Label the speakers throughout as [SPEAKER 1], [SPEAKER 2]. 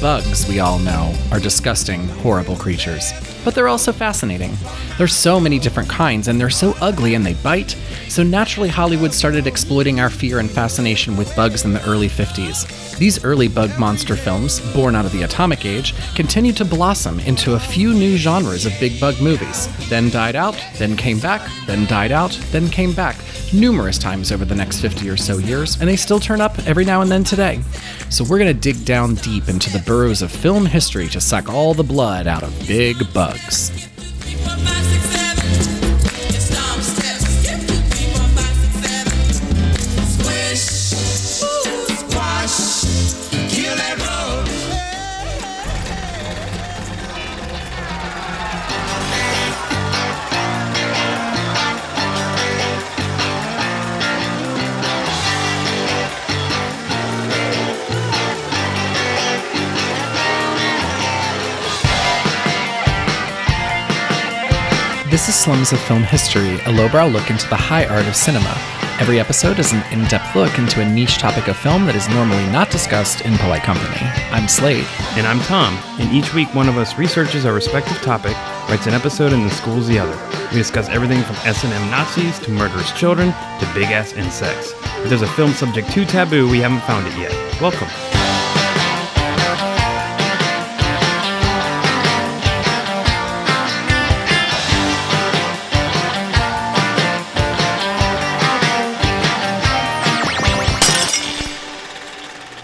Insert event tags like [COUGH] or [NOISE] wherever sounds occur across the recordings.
[SPEAKER 1] Bugs, we all know, are disgusting, horrible creatures. But they're also fascinating. There's so many different kinds, and they're so ugly and they bite. So naturally, Hollywood started exploiting our fear and fascination with bugs in the early 50s. These early bug monster films, born out of the atomic age, continued to blossom into a few new genres of big bug movies, then died out, then came back, then died out, then came back, numerous times over the next 50 or so years, and they still turn up every now and then today. So we're going to dig down deep into the burrows of film history to suck all the blood out of big bugs.
[SPEAKER 2] Kill that road.
[SPEAKER 1] This is Slums of Film History, a lowbrow look into the high art of cinema. Every episode is an in depth look into a niche topic of film that is normally not discussed in polite company. I'm Slade.
[SPEAKER 3] And I'm Tom, and each week one of us researches our respective topic, writes an episode, and then schools the other. We discuss everything from S&M Nazis to murderous children to big-ass insects. If there's a film subject too taboo, we haven't found it yet. Welcome.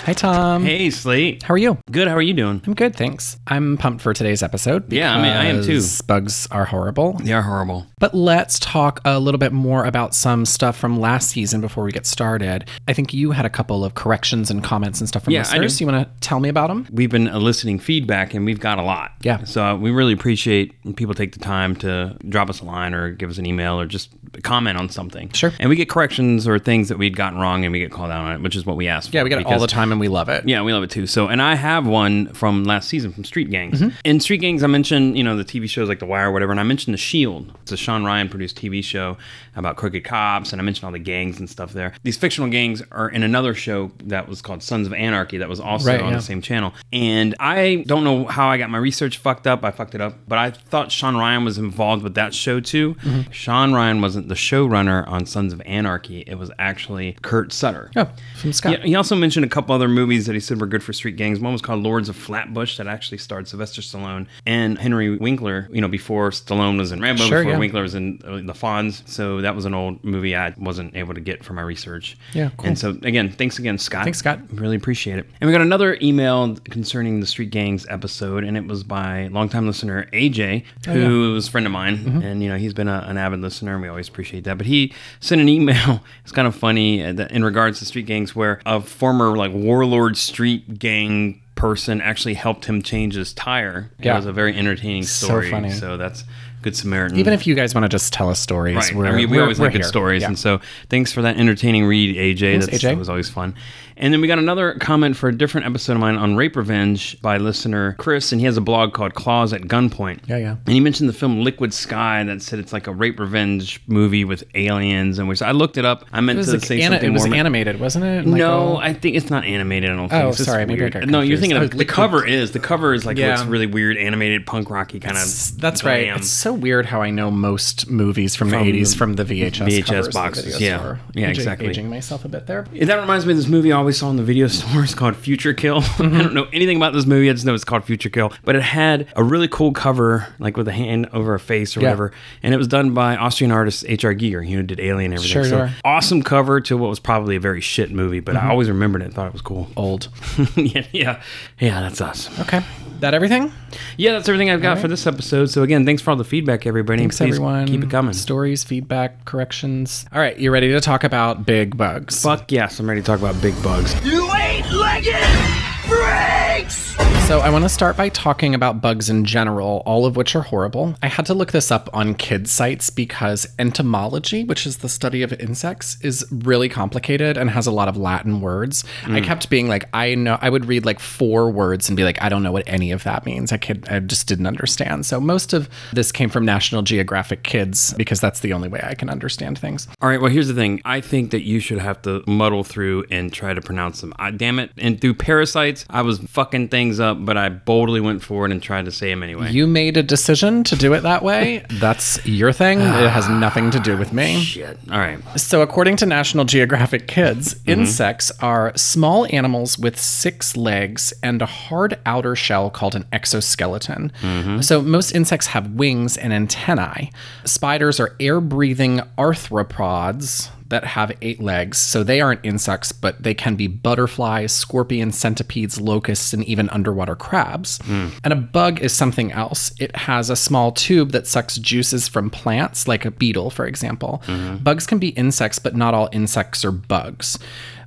[SPEAKER 1] Hi, Tom.
[SPEAKER 3] Hey, Slate.
[SPEAKER 1] How are you?
[SPEAKER 3] Good, how are you doing?
[SPEAKER 1] I'm good, thanks. I'm pumped for today's episode.
[SPEAKER 3] Yeah, I mean, I am too.
[SPEAKER 1] because Bugs are horrible.
[SPEAKER 3] They are horrible.
[SPEAKER 1] But let's talk a little bit more about some stuff from last season before we get started. I think you had a couple of corrections and comments and stuff from
[SPEAKER 3] Yeah, I
[SPEAKER 1] listeners.
[SPEAKER 3] do.
[SPEAKER 1] You want to tell me about them?
[SPEAKER 3] We've been eliciting feedback, and we've got a lot.
[SPEAKER 1] Yeah.
[SPEAKER 3] So uh, we really appreciate when people take the time to drop us a line or give us an email or just comment on something.
[SPEAKER 1] Sure.
[SPEAKER 3] And we get corrections or things that we'd gotten wrong, and we get called out on it, which is what we asked.
[SPEAKER 1] Yeah, we
[SPEAKER 3] for
[SPEAKER 1] get it all
[SPEAKER 3] because-
[SPEAKER 1] the time and we love it.
[SPEAKER 3] Yeah, we love it too. So, and I have one from last season from Street Gangs.
[SPEAKER 1] Mm-hmm.
[SPEAKER 3] In Street Gangs, I mentioned you know the TV shows like The Wire, or whatever, and I mentioned The Shield. It's a Sean Ryan produced TV show about crooked cops, and I mentioned all the gangs and stuff there. These fictional gangs are in another show that was called Sons of Anarchy that was also
[SPEAKER 1] Right,
[SPEAKER 3] on
[SPEAKER 1] yeah.
[SPEAKER 3] the same channel. And I don't know how I got my research fucked up. I fucked it up, but I thought Sean Ryan was involved with that show too.
[SPEAKER 1] Mm-hmm.
[SPEAKER 3] Sean Ryan wasn't the showrunner on Sons of Anarchy. It was actually Kurt Sutter.
[SPEAKER 1] Oh, from Scott.
[SPEAKER 3] Yeah, he also mentioned a couple other movies that he said were good for street gangs. One was called Lords of Flatbush that actually starred Sylvester Stallone and Henry Winkler. You know, before Stallone was in Rambo,
[SPEAKER 1] Sure,
[SPEAKER 3] before
[SPEAKER 1] yeah.
[SPEAKER 3] Winkler was in uh, The Fonz. So that was an old movie I wasn't able to get for my research.
[SPEAKER 1] Yeah, cool.
[SPEAKER 3] And so again, thanks again, Scott.
[SPEAKER 1] Thanks, Scott.
[SPEAKER 3] Really appreciate it. And we got another email concerning the Street Gangs episode, and it was by longtime listener AJ,
[SPEAKER 1] Oh,
[SPEAKER 3] who was a friend of mine.
[SPEAKER 1] Mm-hmm.
[SPEAKER 3] And, you know, he's been a, an avid listener, and we always appreciate that. But he sent an email. [LAUGHS] It's kind of funny uh, that in regards to Street Gangs, where a former, like, warlord street gang person actually helped him change his tire.
[SPEAKER 1] Yeah.
[SPEAKER 3] It was a very entertaining
[SPEAKER 1] So
[SPEAKER 3] story.
[SPEAKER 1] funny.
[SPEAKER 3] that's Good Samaritan.
[SPEAKER 1] Even if you guys want to just tell us stories,
[SPEAKER 3] Right.
[SPEAKER 1] we're,
[SPEAKER 3] I mean, we
[SPEAKER 1] we're-
[SPEAKER 3] always
[SPEAKER 1] we're
[SPEAKER 3] like good
[SPEAKER 1] here.
[SPEAKER 3] stories.
[SPEAKER 1] Yeah.
[SPEAKER 3] And so thanks for that entertaining read, AJ. That's,
[SPEAKER 1] AJ.
[SPEAKER 3] That was always fun. And then we got another comment for a different episode of mine on Rape Revenge by listener Chris, and he has a blog called Claws at Gunpoint.
[SPEAKER 1] Yeah, yeah.
[SPEAKER 3] And he mentioned the film Liquid Sky that said it's like a rape revenge movie with aliens, and which I looked it up. I meant
[SPEAKER 1] It was,
[SPEAKER 3] to
[SPEAKER 1] like
[SPEAKER 3] say
[SPEAKER 1] ana-
[SPEAKER 3] something
[SPEAKER 1] it was
[SPEAKER 3] more. ma-
[SPEAKER 1] animated, wasn't it? Like,
[SPEAKER 3] no,
[SPEAKER 1] oh,
[SPEAKER 3] I think it's not animated. I don't think.
[SPEAKER 1] Oh,
[SPEAKER 3] It's just
[SPEAKER 1] sorry, maybe I
[SPEAKER 3] weird.
[SPEAKER 1] got
[SPEAKER 3] No, you're
[SPEAKER 1] confused.
[SPEAKER 3] thinking
[SPEAKER 1] Oh,
[SPEAKER 3] of the
[SPEAKER 1] Liquid-
[SPEAKER 3] cover is the cover is like
[SPEAKER 1] Yeah.
[SPEAKER 3] looks really weird, animated, punk rocky kind
[SPEAKER 1] s-
[SPEAKER 3] of.
[SPEAKER 1] that's right.
[SPEAKER 3] glam.
[SPEAKER 1] It's so weird how I know most movies from,
[SPEAKER 3] From
[SPEAKER 1] the 80s from the VHS,
[SPEAKER 3] VHS
[SPEAKER 1] covers of the
[SPEAKER 3] boxes,
[SPEAKER 1] video
[SPEAKER 3] yeah.
[SPEAKER 1] store.
[SPEAKER 3] Yeah,
[SPEAKER 1] Aging-
[SPEAKER 3] exactly.
[SPEAKER 1] Aging myself a bit there.
[SPEAKER 3] That reminds me of this movie I always saw in the video [LAUGHS] stores called Future Kill. [LAUGHS]
[SPEAKER 1] Mm-hmm.
[SPEAKER 3] I don't know anything about this movie. I just know it's called Future Kill. But it had a really cool cover, like with a hand over a face or
[SPEAKER 1] Yeah.
[SPEAKER 3] whatever. And it was done by Austrian artist H.R. Giger, you know, did Alien and everything.
[SPEAKER 1] Sure, sure.
[SPEAKER 3] awesome cover to what was probably a very shit movie, but
[SPEAKER 1] Mm-hmm.
[SPEAKER 3] I always remembered it and thought it was cool.
[SPEAKER 1] Old.
[SPEAKER 3] [LAUGHS] yeah, yeah. Yeah, that's us.
[SPEAKER 1] Okay. That everything?
[SPEAKER 3] Yeah, that's everything I've got for this episode. So again, thanks for all the feedback, everybody.
[SPEAKER 1] Thanks, everyone.
[SPEAKER 3] Keep it coming.
[SPEAKER 1] Stories, feedback, corrections. All right, you ready to talk about big bugs?
[SPEAKER 3] Fuck yes, I'm ready to talk about big bugs.
[SPEAKER 2] You eight-legged freaks!
[SPEAKER 1] So, I want to start by talking about bugs in general, all of which are horrible. I had to look this up on kid sites because entomology, which is the study of insects, is really complicated and has a lot of Latin words. I kept being like, I know, I would read like four words and be like, I don't know what any of that means. I could, I just didn't understand. So, most of this came from National Geographic Kids because that's the only way I can understand things.
[SPEAKER 3] All right. Well, here's the thing. I think that you should have to muddle through and try to pronounce them. I, damn it. And through parasites, I was fucking things up up, but I boldly went forward and tried to say him anyway.
[SPEAKER 1] You made a decision to do it that way. That's your thing. It has nothing to do with me.
[SPEAKER 3] Shit. All right.
[SPEAKER 1] So, according to National Geographic Kids, insects are small animals with six legs and a hard outer shell called an exoskeleton. So, most insects have wings and antennae. Spiders are air breathing arthropods that have eight legs. So, they aren't insects, but they can be butterflies, scorpions, centipedes, locusts, and even underwater crabs. And a bug is something else. It has a small tube that sucks juices from plants, like a beetle, for example. Bugs can be insects, but not all insects are bugs.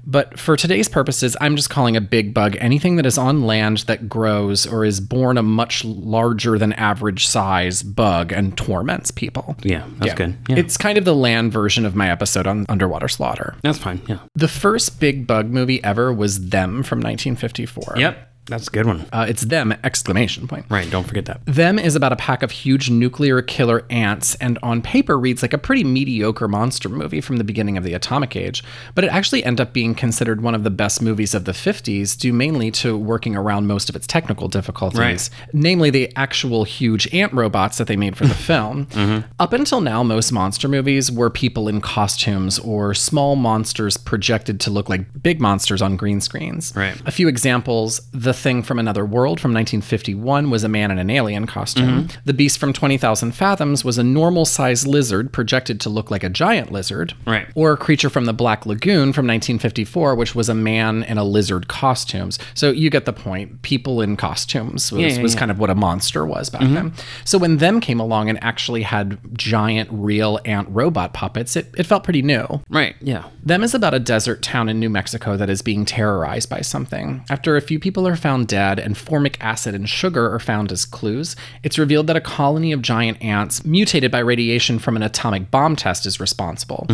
[SPEAKER 1] But for today's purposes, I'm just calling a big bug anything that is on land that grows or is born a much larger than average size bug and torments people.
[SPEAKER 3] Yeah, that's good. Yeah.
[SPEAKER 1] It's kind of the land version of my episode on underwater slaughter.
[SPEAKER 3] that's fine. Yeah.
[SPEAKER 1] The first big bug movie ever was Them from 1954.
[SPEAKER 3] Yep. That's a good one.
[SPEAKER 1] Uh, it's Them! Exclamation point.
[SPEAKER 3] right. Don't forget that.
[SPEAKER 1] Them is about a pack of huge nuclear killer ants, and on paper reads like a pretty mediocre monster movie from the beginning of the atomic age, but it actually ended up being considered one of the best movies of the 50s, due mainly to working around most of its technical difficulties,
[SPEAKER 3] Right.
[SPEAKER 1] namely the actual huge ant robots that they made
[SPEAKER 3] [LAUGHS]
[SPEAKER 1] for the film.
[SPEAKER 3] Mm-hmm.
[SPEAKER 1] Up until now, most monster movies were people in costumes or small monsters projected to look like big monsters on green screens.
[SPEAKER 3] Right.
[SPEAKER 1] A few examples The Thing from Another World from 1951 was a man in an alien costume.
[SPEAKER 3] Mm-hmm.
[SPEAKER 1] The Beast from 20,000 Fathoms was a normal sized lizard projected to look like a giant lizard.
[SPEAKER 3] Right.
[SPEAKER 1] Or Creature from the Black Lagoon from 1954, which was a man in a lizard costumes. So you get the point. People in costumes was,
[SPEAKER 3] Yeah, yeah,
[SPEAKER 1] was
[SPEAKER 3] yeah. Mm-hmm.
[SPEAKER 1] kind of what a monster was back then. So when them came along and actually had giant real ant robot puppets, it, it felt pretty new.
[SPEAKER 3] Right. Yeah.
[SPEAKER 1] Them is about a desert town in New Mexico that is being terrorized by something. After a few people are found dead and formic acid and sugar are found as clues, it's revealed that a colony of giant ants mutated by radiation from an atomic bomb test is responsible.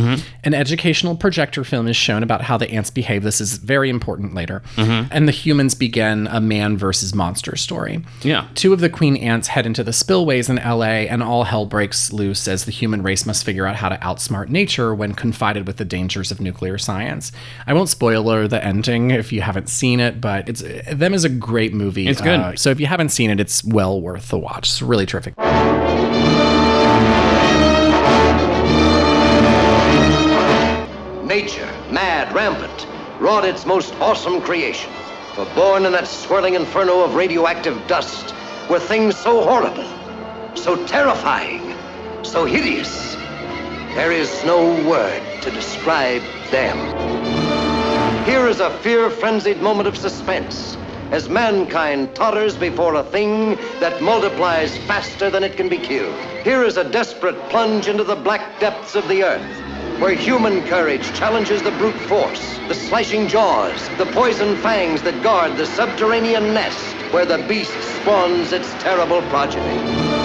[SPEAKER 1] An educational projector film is shown about how the ants behave. This is very important later. And the humans begin a man versus monster story.
[SPEAKER 3] Yeah.
[SPEAKER 1] Two of the queen ants head into the spillways in LA, and all hell breaks loose as the human race must figure out how to outsmart nature when confided with the dangers of nuclear science. I won't spoiler the ending if you haven't seen it, but it's them is a great movie. Uh,
[SPEAKER 3] It's good.
[SPEAKER 1] so if you haven't seen it, it's well worth the watch. It's really terrific.
[SPEAKER 4] Nature, mad, rampant, wrought its most awesome creation. For born in that swirling inferno of radioactive dust were things so horrible, so terrifying, so hideous. There is no word to describe them. Here is a fear frenzied moment of suspense as mankind totters before a thing that multiplies faster than it can be killed. Here is a desperate plunge into the black depths of the earth, where human courage challenges the brute force, the slashing jaws, the poison fangs that guard the subterranean nest where the beast spawns its terrible progeny.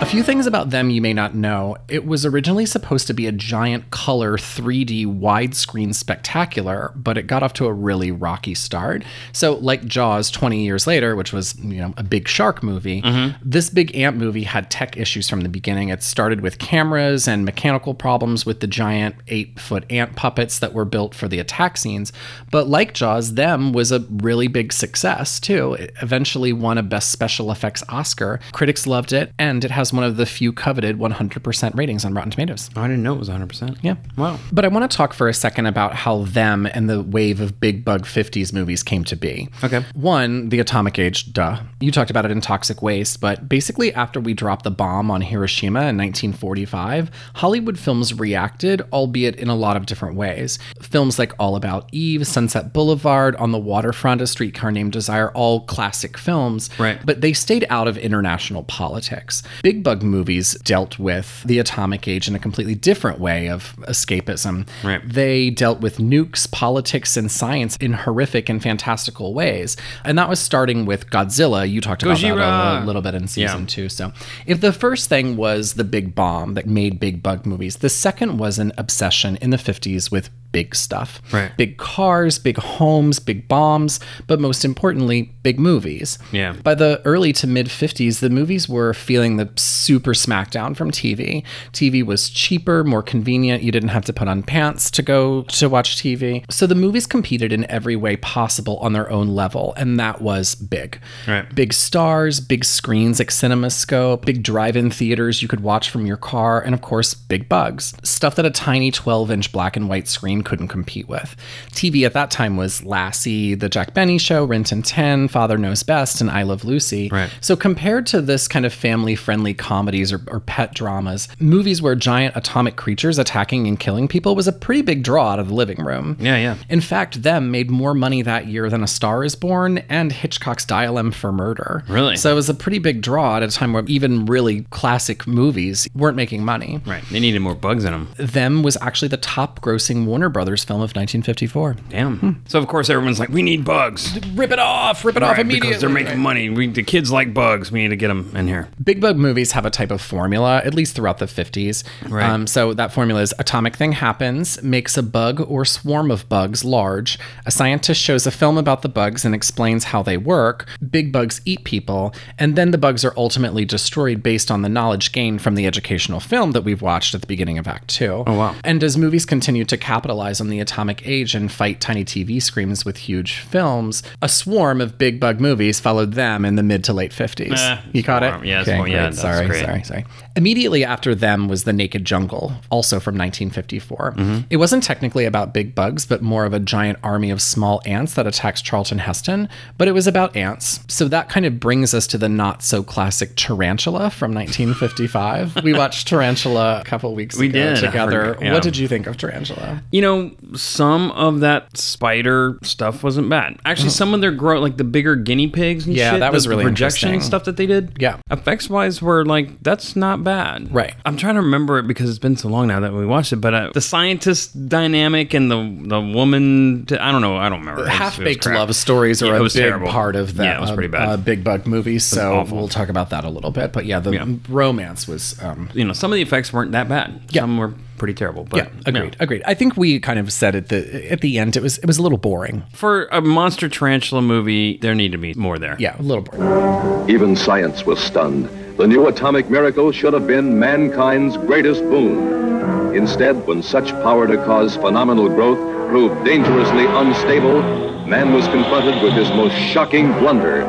[SPEAKER 1] A few things about them you may not know. It was originally supposed to be a giant color 3D widescreen spectacular, but it got off to a really rocky start. So, like Jaws 20 years later, which was, you know, a big shark movie, this big ant movie had tech issues from the beginning. It started with cameras and mechanical problems with the giant 8-foot ant puppets that were built for the attack scenes, but like Jaws, them was a really big success too. It eventually won a best special effects Oscar. Critics loved it, and it has one of the few coveted 100% ratings on Rotten Tomatoes.
[SPEAKER 3] Oh, I didn't know it was 100%.
[SPEAKER 1] Yeah.
[SPEAKER 3] Wow.
[SPEAKER 1] But I want to talk for a second about how them and the wave of big bug 50s movies came to be.
[SPEAKER 3] Okay.
[SPEAKER 1] One, the atomic age, duh. You talked about it in Toxic Waste, but basically, after we dropped the bomb on Hiroshima in 1945, Hollywood films reacted, albeit in a lot of different ways. Films like All About Eve, Sunset Boulevard, On the Waterfront, A Streetcar Named Desire, all classic films.
[SPEAKER 3] Right.
[SPEAKER 1] But they stayed out of international politics. Big Bug movies dealt with the atomic age in a completely different way of escapism.
[SPEAKER 3] Right.
[SPEAKER 1] They dealt with nukes, politics, and science in horrific and fantastical ways. And that was starting with Godzilla. You talked about that a,
[SPEAKER 3] Gojira!
[SPEAKER 1] a little bit in season
[SPEAKER 3] Yeah.
[SPEAKER 1] two. So, if the first thing was the big bomb that made Big Bug movies, the second was an obsession in the 50s with big stuff
[SPEAKER 3] Right.
[SPEAKER 1] big cars, big homes, big bombs, but most importantly, big movies.
[SPEAKER 3] Yeah.
[SPEAKER 1] By the early to mid 50s, the movies were feeling the super smackdown from TV. TV was cheaper, more convenient. You didn't have to put on pants to go to watch TV. So the movies competed in every way possible on their own level, and that was big.
[SPEAKER 3] Right.
[SPEAKER 1] Big stars, big screens like CinemaScope, big drive in theaters you could watch from your car, and of course, big bugs. Stuff that a tiny 12 inch black and white screen couldn't compete with. TV at that time was Lassie, The Jack Benny Show, Rin Tin Tin, Father Knows Best, and I Love Lucy.
[SPEAKER 3] Right.
[SPEAKER 1] So, compared to this kind of family friendly comedies or, or pet dramas, movies where giant atomic creatures attacking and killing people was a pretty big draw out of the living room.
[SPEAKER 3] Yeah, yeah.
[SPEAKER 1] In fact, them made more money that year than A Star is Born and Hitchcock's Dial M for Murder.
[SPEAKER 3] Really?
[SPEAKER 1] So it was a pretty big draw at a time where even really classic movies weren't making money.
[SPEAKER 3] Right. They needed more bugs in them.
[SPEAKER 1] Them was actually the top grossing Warner Brothers film of 1954.
[SPEAKER 3] Damn. So of course everyone's like, we need bugs.
[SPEAKER 1] Rip it off! Rip it off
[SPEAKER 3] Right,
[SPEAKER 1] immediately!
[SPEAKER 3] because they're making money. We, the kids like bugs. We need to get them in here.
[SPEAKER 1] Big bug movies have a type of formula, at least throughout the 50s.
[SPEAKER 3] Right.
[SPEAKER 1] so that formula is atomic thing happens, makes a bug or swarm of bugs large. A scientist shows a film about the bugs and explains how they work. Big bugs eat people, and then the bugs are ultimately destroyed based on the knowledge gained from the educational film that we've watched at the beginning of Act Two. Oh,
[SPEAKER 3] wow.
[SPEAKER 1] And as movies continue to capitalize on the atomic age and fight tiny TV screens with huge films, a swarm of big bug movies followed them in the mid to late 50s.
[SPEAKER 3] Eh,
[SPEAKER 1] you caught
[SPEAKER 3] swarm.
[SPEAKER 1] it?
[SPEAKER 3] Yeah, swarm. Yeah, that's
[SPEAKER 1] sorry,
[SPEAKER 3] great.
[SPEAKER 1] sorry, sorry. Immediately after them was The Naked Jungle, also from 1954.
[SPEAKER 3] Mm-hmm.
[SPEAKER 1] It wasn't technically about big bugs, but more of a giant army of small ants that attacks Charlton Heston, but it was about ants. So that kind of brings us to the not so classic Tarantula from 1955.
[SPEAKER 3] [LAUGHS]
[SPEAKER 1] we watched Tarantula a couple weeks
[SPEAKER 3] We
[SPEAKER 1] ago
[SPEAKER 3] did. I
[SPEAKER 1] together.
[SPEAKER 3] forgot, yeah.
[SPEAKER 1] What did you think of Tarantula?
[SPEAKER 3] You know, some of that spider stuff wasn't bad. Actually, some of their grow, like the bigger guinea pigs and
[SPEAKER 1] Oh. Yeah,
[SPEAKER 3] shit,
[SPEAKER 1] that was
[SPEAKER 3] the
[SPEAKER 1] really
[SPEAKER 3] projection
[SPEAKER 1] interesting.
[SPEAKER 3] stuff that they did.
[SPEAKER 1] Yeah.
[SPEAKER 3] effects wise, were like that's not bad.
[SPEAKER 1] Right.
[SPEAKER 3] I'm trying to remember it because it's been so long now that we watched it. But uh, the scientist dynamic and the the woman, I I don't know, I don't remember. It was- it was
[SPEAKER 1] Half baked
[SPEAKER 3] crap.
[SPEAKER 1] love stories are
[SPEAKER 3] Yeah, it
[SPEAKER 1] a big
[SPEAKER 3] was terrible.
[SPEAKER 1] part of the
[SPEAKER 3] Yeah, it was pretty bad.
[SPEAKER 1] Uh, big bug movies. So
[SPEAKER 3] awful.
[SPEAKER 1] we'll talk about that a little bit. But yeah, the
[SPEAKER 3] Yeah.
[SPEAKER 1] romance was um,
[SPEAKER 3] you know, some of the effects weren't that bad.
[SPEAKER 1] Yeah.
[SPEAKER 3] Some were pretty terrible. But
[SPEAKER 1] yeah, agreed, agreed. I think we kind of said at the at the end it was it was a little boring.
[SPEAKER 3] For a monster tarantula movie, there need to be more there.
[SPEAKER 1] Yeah, a little boring.
[SPEAKER 5] Even science was stunned. The new atomic miracle should have been mankind's greatest boon. Instead, when such power to cause phenomenal growth proved dangerously unstable, man was confronted with his most shocking blunder.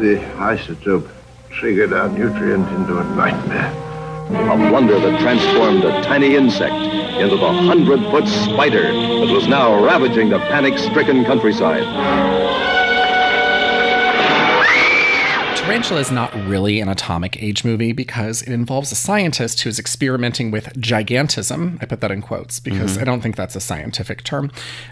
[SPEAKER 6] The isotope triggered our nutrient into a nightmare.
[SPEAKER 5] A blunder that transformed a tiny insect into the hundred foot spider that was now ravaging the panic stricken countryside.
[SPEAKER 1] Tarantula is not really an atomic age movie because it involves a scientist who is experimenting with gigantism. I put that in quotes because I don't think that's a scientific term.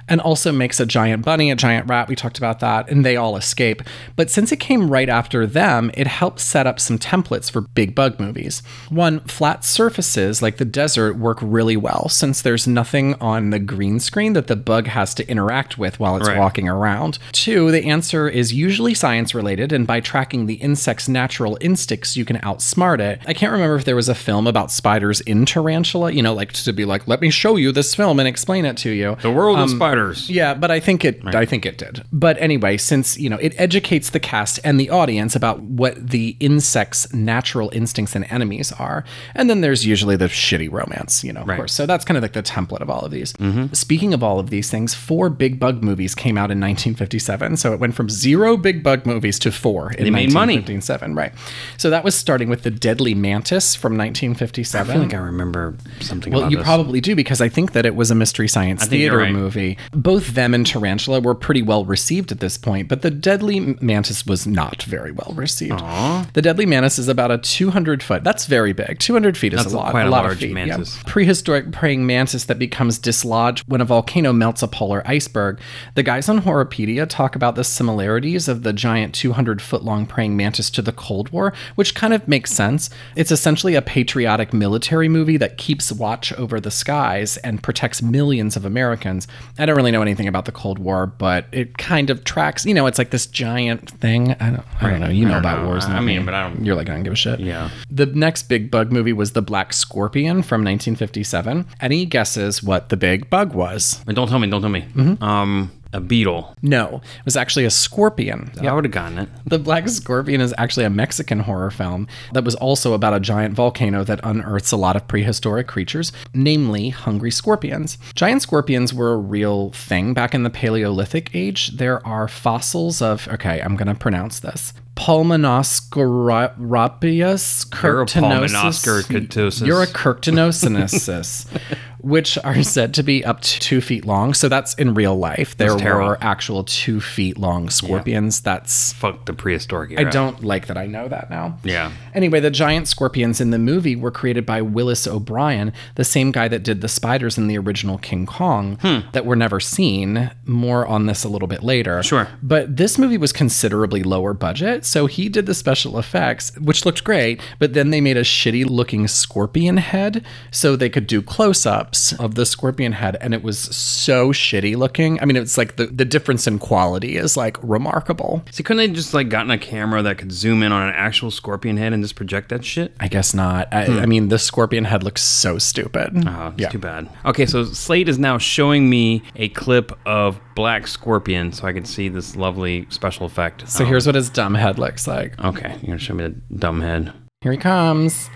[SPEAKER 1] And also makes a giant bunny, a giant rat. We talked about that, and they all escape. But since it came right after them, it helped set up some templates for big bug movies. One, flat surfaces like the desert work really well since there's nothing on the green screen that the bug has to interact with while it's
[SPEAKER 3] Right.
[SPEAKER 1] walking walking around. Two, the answer is usually science related, and by tracking the insect's natural instincts, you can outsmart it. I can't remember if there was a film about spiders in Tarantula, you know, like to be like, let me show you this film and explain it to you.
[SPEAKER 3] The world of spiders.
[SPEAKER 1] Um, Yeah, but I think it I think it did. But anyway, since, you know, it educates the cast and the audience about what the insect's natural instincts and enemies are. And then there's usually the shitty romance, you know, of course. So that's kind of like the template of all of these.
[SPEAKER 3] Mm-hmm.
[SPEAKER 1] Speaking of all of these things, four Big Bug movies came out in 1957. So it went from zero Big Bug movies to four in
[SPEAKER 3] They made money.
[SPEAKER 1] 1957, right. So that was starting with The Deadly Mantis from 1957.
[SPEAKER 3] I feel like I remember something
[SPEAKER 1] Well,
[SPEAKER 3] about
[SPEAKER 1] you
[SPEAKER 3] this.
[SPEAKER 1] probably do because I think that it was a mystery science
[SPEAKER 3] think you're
[SPEAKER 1] theater
[SPEAKER 3] right.
[SPEAKER 1] movie. Both them and Tarantula were pretty well received at this point, but The Deadly Mantis was not very well received. The Deadly Mantis is about a 200 foot. That's very big. 200 feet is
[SPEAKER 3] That's
[SPEAKER 1] a lot.
[SPEAKER 3] quite a
[SPEAKER 1] lot
[SPEAKER 3] large
[SPEAKER 1] of feet. yeah.
[SPEAKER 3] mantis.
[SPEAKER 1] Prehistoric praying mantis that becomes dislodged when a volcano melts a polar iceberg. The guys on Horopedia talk about the similarities of the giant 200 foot long praying mantis Atlantis to the Cold War, which kind of makes sense. It's essentially a patriotic military movie that keeps watch over the skies and protects millions of Americans. I don't really know anything about the Cold War, but it kind of tracks, you know, it's like this giant thing. I don't, I don't know. You know about wars.
[SPEAKER 3] I
[SPEAKER 1] not
[SPEAKER 3] mean,
[SPEAKER 1] me.
[SPEAKER 3] but I don't-
[SPEAKER 1] You're like, I don't give a shit.
[SPEAKER 3] Yeah.
[SPEAKER 1] The next Big Bug movie was The Black Scorpion from 1957. Any guesses what the Big Bug was?
[SPEAKER 3] And don't tell me, don't tell me.
[SPEAKER 1] Mm-hmm.
[SPEAKER 3] Um, a beetle.
[SPEAKER 1] No, it was actually a scorpion.
[SPEAKER 3] I would have gotten it.
[SPEAKER 1] The Black Scorpion is actually a Mexican horror film that was also about a giant volcano that unearths a lot of prehistoric creatures, namely hungry scorpions. Giant scorpions were a real thing back in the Paleolithic age. There are fossils of, okay, I'm going to pronounce this. Pulmonoscoropius
[SPEAKER 3] You're a
[SPEAKER 1] curtinosis.
[SPEAKER 3] pulmonoscorpiosis.
[SPEAKER 1] You're a curtinosis, [LAUGHS] which are said to be up to two feet long. So that's in real life. There
[SPEAKER 3] terrible.
[SPEAKER 1] were actual two feet long scorpions. That's
[SPEAKER 3] Fuck the prehistoric
[SPEAKER 1] I
[SPEAKER 3] era.
[SPEAKER 1] don't like that I know that now.
[SPEAKER 3] Yeah.
[SPEAKER 1] Anyway, the giant scorpions in the movie were created by Willis O'Brien, the same guy that did the spiders in the original King Kong
[SPEAKER 3] Hmm.
[SPEAKER 1] that were never seen. More on this a little bit later.
[SPEAKER 3] Sure.
[SPEAKER 1] But this movie was considerably lower budget, so he did the special effects, which looked great, but then they made a shitty looking scorpion head so they could do close ups of the scorpion head, and it was so shitty looking. I mean, it's like the, the difference in quality is like remarkable.
[SPEAKER 3] See, couldn't they just like gotten a camera that could zoom in on an actual scorpion head and just project that shit?
[SPEAKER 1] I guess not. I, I mean, the scorpion head looks so stupid.
[SPEAKER 3] Hmm. Oh, it's
[SPEAKER 1] yeah.
[SPEAKER 3] too bad. Okay, so Slate is now showing me a clip of Black Scorpion so I can see this lovely special effect. Oh,
[SPEAKER 1] So here's what his dumb head looks like.
[SPEAKER 3] Okay, you're gonna show me the dumb head.
[SPEAKER 1] Here he comes.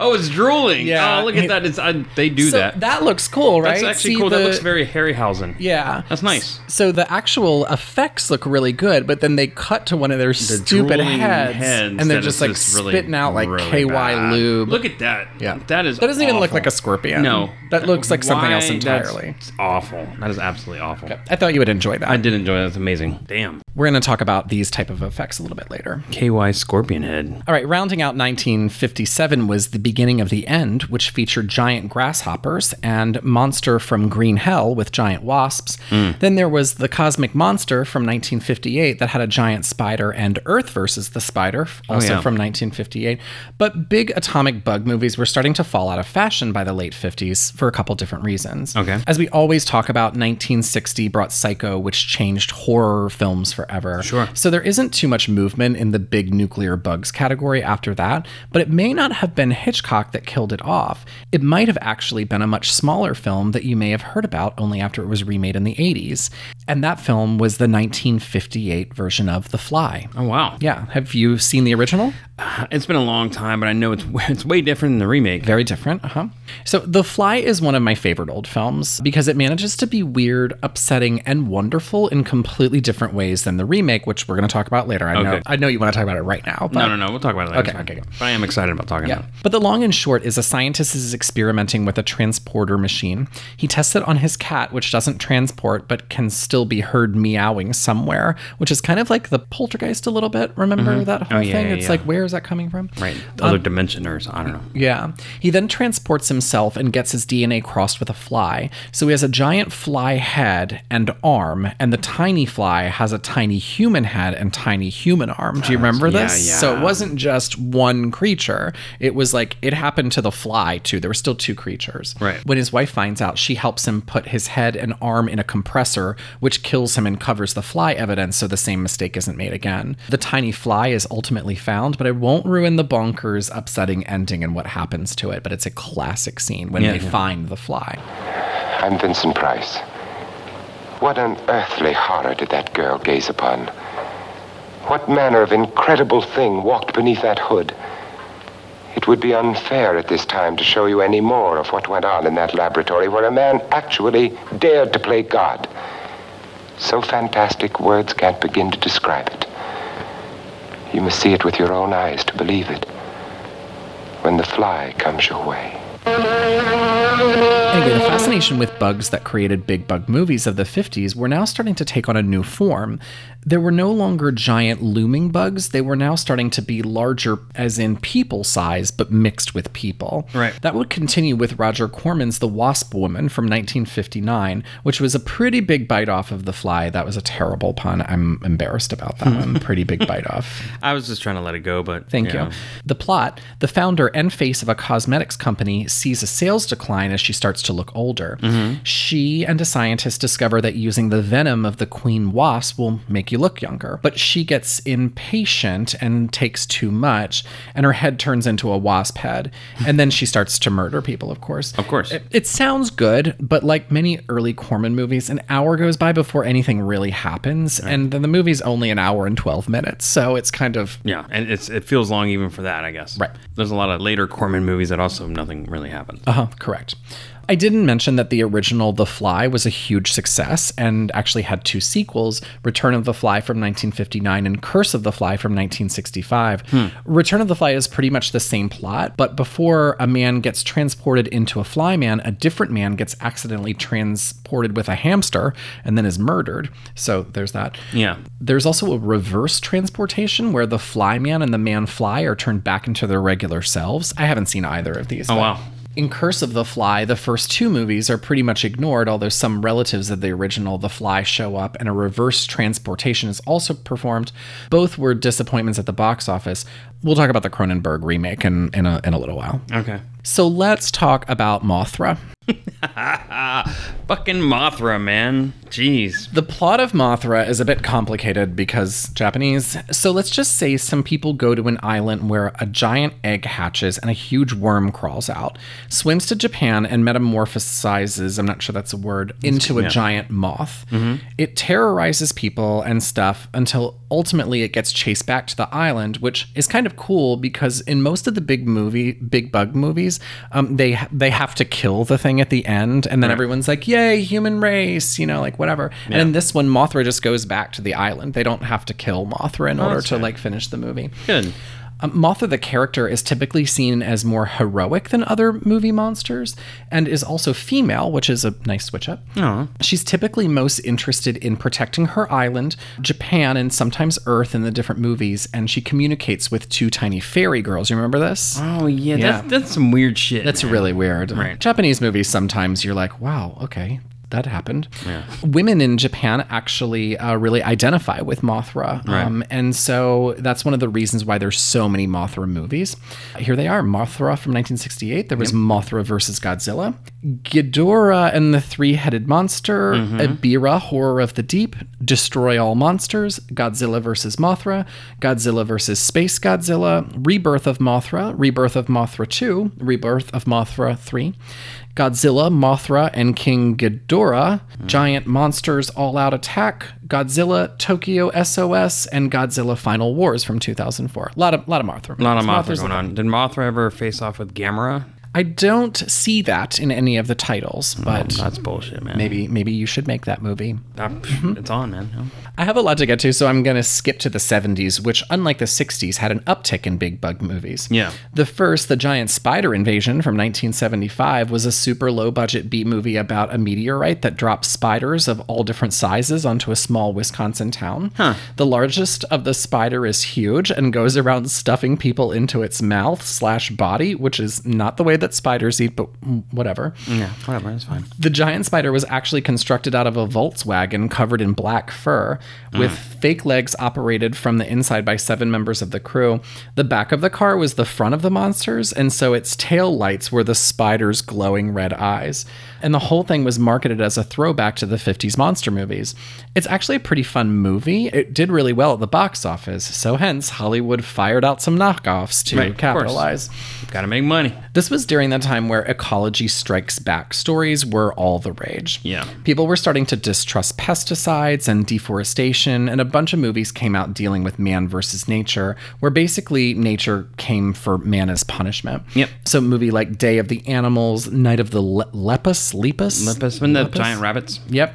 [SPEAKER 3] Oh, it's drooling.
[SPEAKER 1] Yeah.
[SPEAKER 3] Oh, look at that. It's I, they do
[SPEAKER 1] So
[SPEAKER 3] that.
[SPEAKER 1] looks cool, right?
[SPEAKER 3] That's actually
[SPEAKER 1] See
[SPEAKER 3] cool. that
[SPEAKER 1] the-
[SPEAKER 3] looks very Harryhausen.
[SPEAKER 1] Yeah.
[SPEAKER 3] That's nice.
[SPEAKER 1] So the actual effects look really good, but then they cut to one of their stupid
[SPEAKER 3] drooling
[SPEAKER 1] heads, and
[SPEAKER 3] that
[SPEAKER 1] they're
[SPEAKER 3] is
[SPEAKER 1] just like
[SPEAKER 3] really,
[SPEAKER 1] spitting out like
[SPEAKER 3] really
[SPEAKER 1] KY
[SPEAKER 3] bad.
[SPEAKER 1] lube.
[SPEAKER 3] Look at that.
[SPEAKER 1] yeah.
[SPEAKER 3] That is
[SPEAKER 1] That doesn't even look
[SPEAKER 3] awful.
[SPEAKER 1] like a scorpion.
[SPEAKER 3] No.
[SPEAKER 1] That looks like something else
[SPEAKER 3] Why? That's
[SPEAKER 1] entirely.
[SPEAKER 3] awful. That is absolutely awful.
[SPEAKER 1] I thought you would enjoy that.
[SPEAKER 3] I did enjoy that. That's amazing. Damn.
[SPEAKER 1] We're going to talk about these type of effects a little bit later.
[SPEAKER 3] KY Scorpion Head.
[SPEAKER 1] All right, rounding out 1957 was the beginning of the end, which featured giant grasshoppers and Monster from Green Hell with giant wasps.
[SPEAKER 3] Hmm.
[SPEAKER 1] Then there was the Cosmic Monster from 1958 that had a giant spider and Earth versus the Spider, also
[SPEAKER 3] Oh, yeah.
[SPEAKER 1] from 1958. But big atomic bug movies were starting to fall out of fashion by the late 50s for a couple different reasons.
[SPEAKER 3] Okay.
[SPEAKER 1] As we always talk about, 1960 brought Psycho, which changed horror films forever. Sure. So there isn't too much movement in the big nuclear bugs category after that, but it may not have been Hitchcock that killed it off. It might have actually been a much smaller film that you may have heard about only after it was remade in the 80s. And that film was the 1958 version of The Fly.
[SPEAKER 3] Oh, wow. Uh,
[SPEAKER 1] Yeah. Have you seen the original?
[SPEAKER 3] It's been a long time, but I know it's [LAUGHS] it's way different than the remake.
[SPEAKER 1] Very different. Uh huh. So, The Fly is one of my favorite old films because it manages to be weird, upsetting, and wonderful in completely different ways than the remake, which we're going to talk about later. I know.
[SPEAKER 3] Okay.
[SPEAKER 1] I know you want to talk about it right now. But
[SPEAKER 3] No, no, no. We'll talk about it later.
[SPEAKER 1] Okay,
[SPEAKER 3] It's fine.
[SPEAKER 1] okay, okay.
[SPEAKER 3] But I am excited about talking
[SPEAKER 1] Yeah.
[SPEAKER 3] about it.
[SPEAKER 1] But the long and short is a scientist is experimenting with a transporter machine. He tests it on his cat, which doesn't transport but can still be heard meowing somewhere, which is kind of like the poltergeist a little bit. Remember that whole
[SPEAKER 3] Oh, yeah,
[SPEAKER 1] thing?
[SPEAKER 3] yeah,
[SPEAKER 1] it's
[SPEAKER 3] yeah.
[SPEAKER 1] like, where is that coming from?
[SPEAKER 3] Right. The other dimension or so- I don't know.
[SPEAKER 1] [LAUGHS] Yeah. He then transports himself and gets his DNA crossed with a fly. So he has a giant fly head and arm, and the tiny fly has a tiny human head and tiny human arm. Do you remember
[SPEAKER 3] yeah,
[SPEAKER 1] this?
[SPEAKER 3] yeah.
[SPEAKER 1] So it wasn't just one creature. It was like it happened to the fly too. There were still two creatures.
[SPEAKER 3] Right.
[SPEAKER 1] When his wife finds out, she helps him put his head and arm in a compressor, which kills him and covers the fly evidence so the same mistake isn't made again. The tiny fly is ultimately found, but I won't ruin the bonkers, upsetting ending and what happens to it. But it's a classic scene when
[SPEAKER 3] Yeah,
[SPEAKER 1] they
[SPEAKER 3] yeah.
[SPEAKER 1] find the fly.
[SPEAKER 7] I'm Vincent Price. What unearthly horror did that girl gaze upon? What manner of incredible thing walked beneath that hood? It would be unfair at this time to show you any more of what went on in that laboratory where a man actually dared to play God. So fantastic, words can't begin to describe it. You must see it with your own eyes to believe it. When the fly comes your way.
[SPEAKER 1] Anyway, the fascination with bugs that created big bug movies of the 50s were now starting to take on a new form. There were no longer giant looming bugs, they were now starting to be larger, as in people size, but mixed with people.
[SPEAKER 3] Right.
[SPEAKER 1] That would continue with Roger Corman's The Wasp Woman from 1959, which was a pretty big bite off of The Fly. That was a terrible pun. I'm embarrassed about that one. Pretty big bite off.
[SPEAKER 3] I was just trying to let it go, but
[SPEAKER 1] Thank you. The plot the founder and face of a cosmetics company sees a sales decline as she starts to look older.
[SPEAKER 3] Mm-hmm.
[SPEAKER 1] She and a scientist discover that using the venom of the queen wasp will make you look younger. But she gets impatient and takes too much, and her head turns into a wasp
[SPEAKER 3] [LAUGHS]
[SPEAKER 1] head. And then she starts to murder people, of course.
[SPEAKER 3] Of course.
[SPEAKER 1] It, it sounds good, but like many early Corman movies, an hour goes by before anything really happens. And then the movie's only an hour and 12 minutes. So it's kind of
[SPEAKER 3] Yeah, and it's it feels long even for that, I guess.
[SPEAKER 1] Right.
[SPEAKER 3] There's a lot of later Corman movies that also nothing really happens.
[SPEAKER 1] Uh huh, correct. I didn't mention that the original The Fly was a huge success and actually had two sequels Return of the Fly from 1959 and Curse of the Fly from 1965. Return of the Fly is pretty much the same plot, but before a man gets transported into a fly man, a different man gets accidentally transported with a hamster and then is murdered. So there's that.
[SPEAKER 3] Yeah.
[SPEAKER 1] There's also a reverse transportation where the fly man and the man fly are turned back into their regular selves. I haven't seen either of these.
[SPEAKER 3] Oh,
[SPEAKER 1] but-
[SPEAKER 3] wow.
[SPEAKER 1] in Curse of the Fly, the first two movies are pretty much ignored, although some relatives of the original The Fly show up and a reverse transportation is also performed. Both were disappointments at the box office. We'll talk about the Cronenberg remake in, in, a, in a little while.
[SPEAKER 3] Okay.
[SPEAKER 1] So let's talk about Mothra.
[SPEAKER 3] Fucking Mothra, man. Jeez.
[SPEAKER 1] The plot of Mothra is a bit complicated because Japanese. So let's just say some people go to an island where a giant egg hatches and a huge worm crawls out, swims to Japan and metamorphosizes, I'm not sure that's a word, into a giant moth. It terrorizes people and stuff until ultimately it gets chased back to the island, which is kind of cool because in most of the big movie, big bug movies, um, they they have to kill the thing at the end, and then everyone's like, "Yay, human race!" You know, like whatever. And in this one, Mothra just goes back to the island. They don't have to kill Mothra in order to like finish the movie.
[SPEAKER 3] Good.
[SPEAKER 1] Um, Mothra, the character, is typically seen as more heroic than other movie monsters and is also female, which is a nice switch up. She's typically most interested in protecting her island, Japan, and sometimes Earth in the different movies, and she communicates with two tiny fairy girls. You remember this?
[SPEAKER 3] Oh yeah,
[SPEAKER 1] Yeah.
[SPEAKER 3] That's, that's some weird shit.
[SPEAKER 1] That's really weird.
[SPEAKER 3] Right.
[SPEAKER 1] Japanese movies sometimes you're like, wow, okay, that happened. Women in Japan actually uh, really identify with Mothra, um, and so that's one of the reasons why there's so many Mothra movies. Here they are: Mothra from 1968. There was Mothra versus Godzilla, Ghidorah and the Three-Headed Monster,
[SPEAKER 3] Mm-hmm.
[SPEAKER 1] Ibira: Horror of the Deep, Destroy All Monsters, Godzilla versus Mothra, Godzilla versus Space Godzilla, Rebirth of Mothra, Rebirth of Mothra 2, Rebirth of Mothra 3, Godzilla, Mothra, and King Ghidorah,
[SPEAKER 3] Mm.
[SPEAKER 1] Giant Monsters All Out Attack, Godzilla, Tokyo SOS, and Godzilla Final Wars from 2004. A lot of, lot of Mothra.
[SPEAKER 3] a lot of Mothra
[SPEAKER 1] Mothra's-
[SPEAKER 3] going on. Did Mothra ever face off with Gamera?
[SPEAKER 1] I don't see that in any of the titles, but
[SPEAKER 3] That's bullshit, man.
[SPEAKER 1] maybe, maybe you should make that movie.
[SPEAKER 3] Ah, pff, It's on, man. No.
[SPEAKER 1] I have a lot to get to, so I'm going to skip to the 70s, which, unlike the 60s, had an uptick in big bug movies.
[SPEAKER 3] Yeah.
[SPEAKER 1] The first, The Giant Spider Invasion from 1975, was a super low budget B movie about a meteorite that drops spiders of all different sizes onto a small Wisconsin town. The largest of the spider is huge and goes around stuffing people into its mouth slash body, which is not the way that spiders eat, but mm, whatever.
[SPEAKER 3] Yeah, whatever. It's fine.
[SPEAKER 1] The giant spider was actually constructed out of a Volkswagen covered in black fur, with
[SPEAKER 3] Mm.
[SPEAKER 1] fake legs operated from the inside by seven members of the crew. The back of the car was the front of the monsters, and so its tail lights were the spider's glowing red eyes. And the whole thing was marketed as a throwback to the 50s monster movies. It's actually a pretty fun movie. It did really well at the box office, so hence Hollywood fired out some knockoffs to
[SPEAKER 3] Right, of course.
[SPEAKER 1] capitalize.
[SPEAKER 3] Got to make money.
[SPEAKER 1] This was during the time where ecology strikes back stories were all the rage.
[SPEAKER 3] Yeah.
[SPEAKER 1] People were starting to distrust pesticides and deforestation, and a bunch of movies came out dealing with man versus nature, where basically nature came for man as punishment.
[SPEAKER 3] Yep.
[SPEAKER 1] So, a movie like Day of the Animals, Night of the Le- Lepus, Lepus?
[SPEAKER 3] Lepus and the giant rabbits.
[SPEAKER 1] Yep.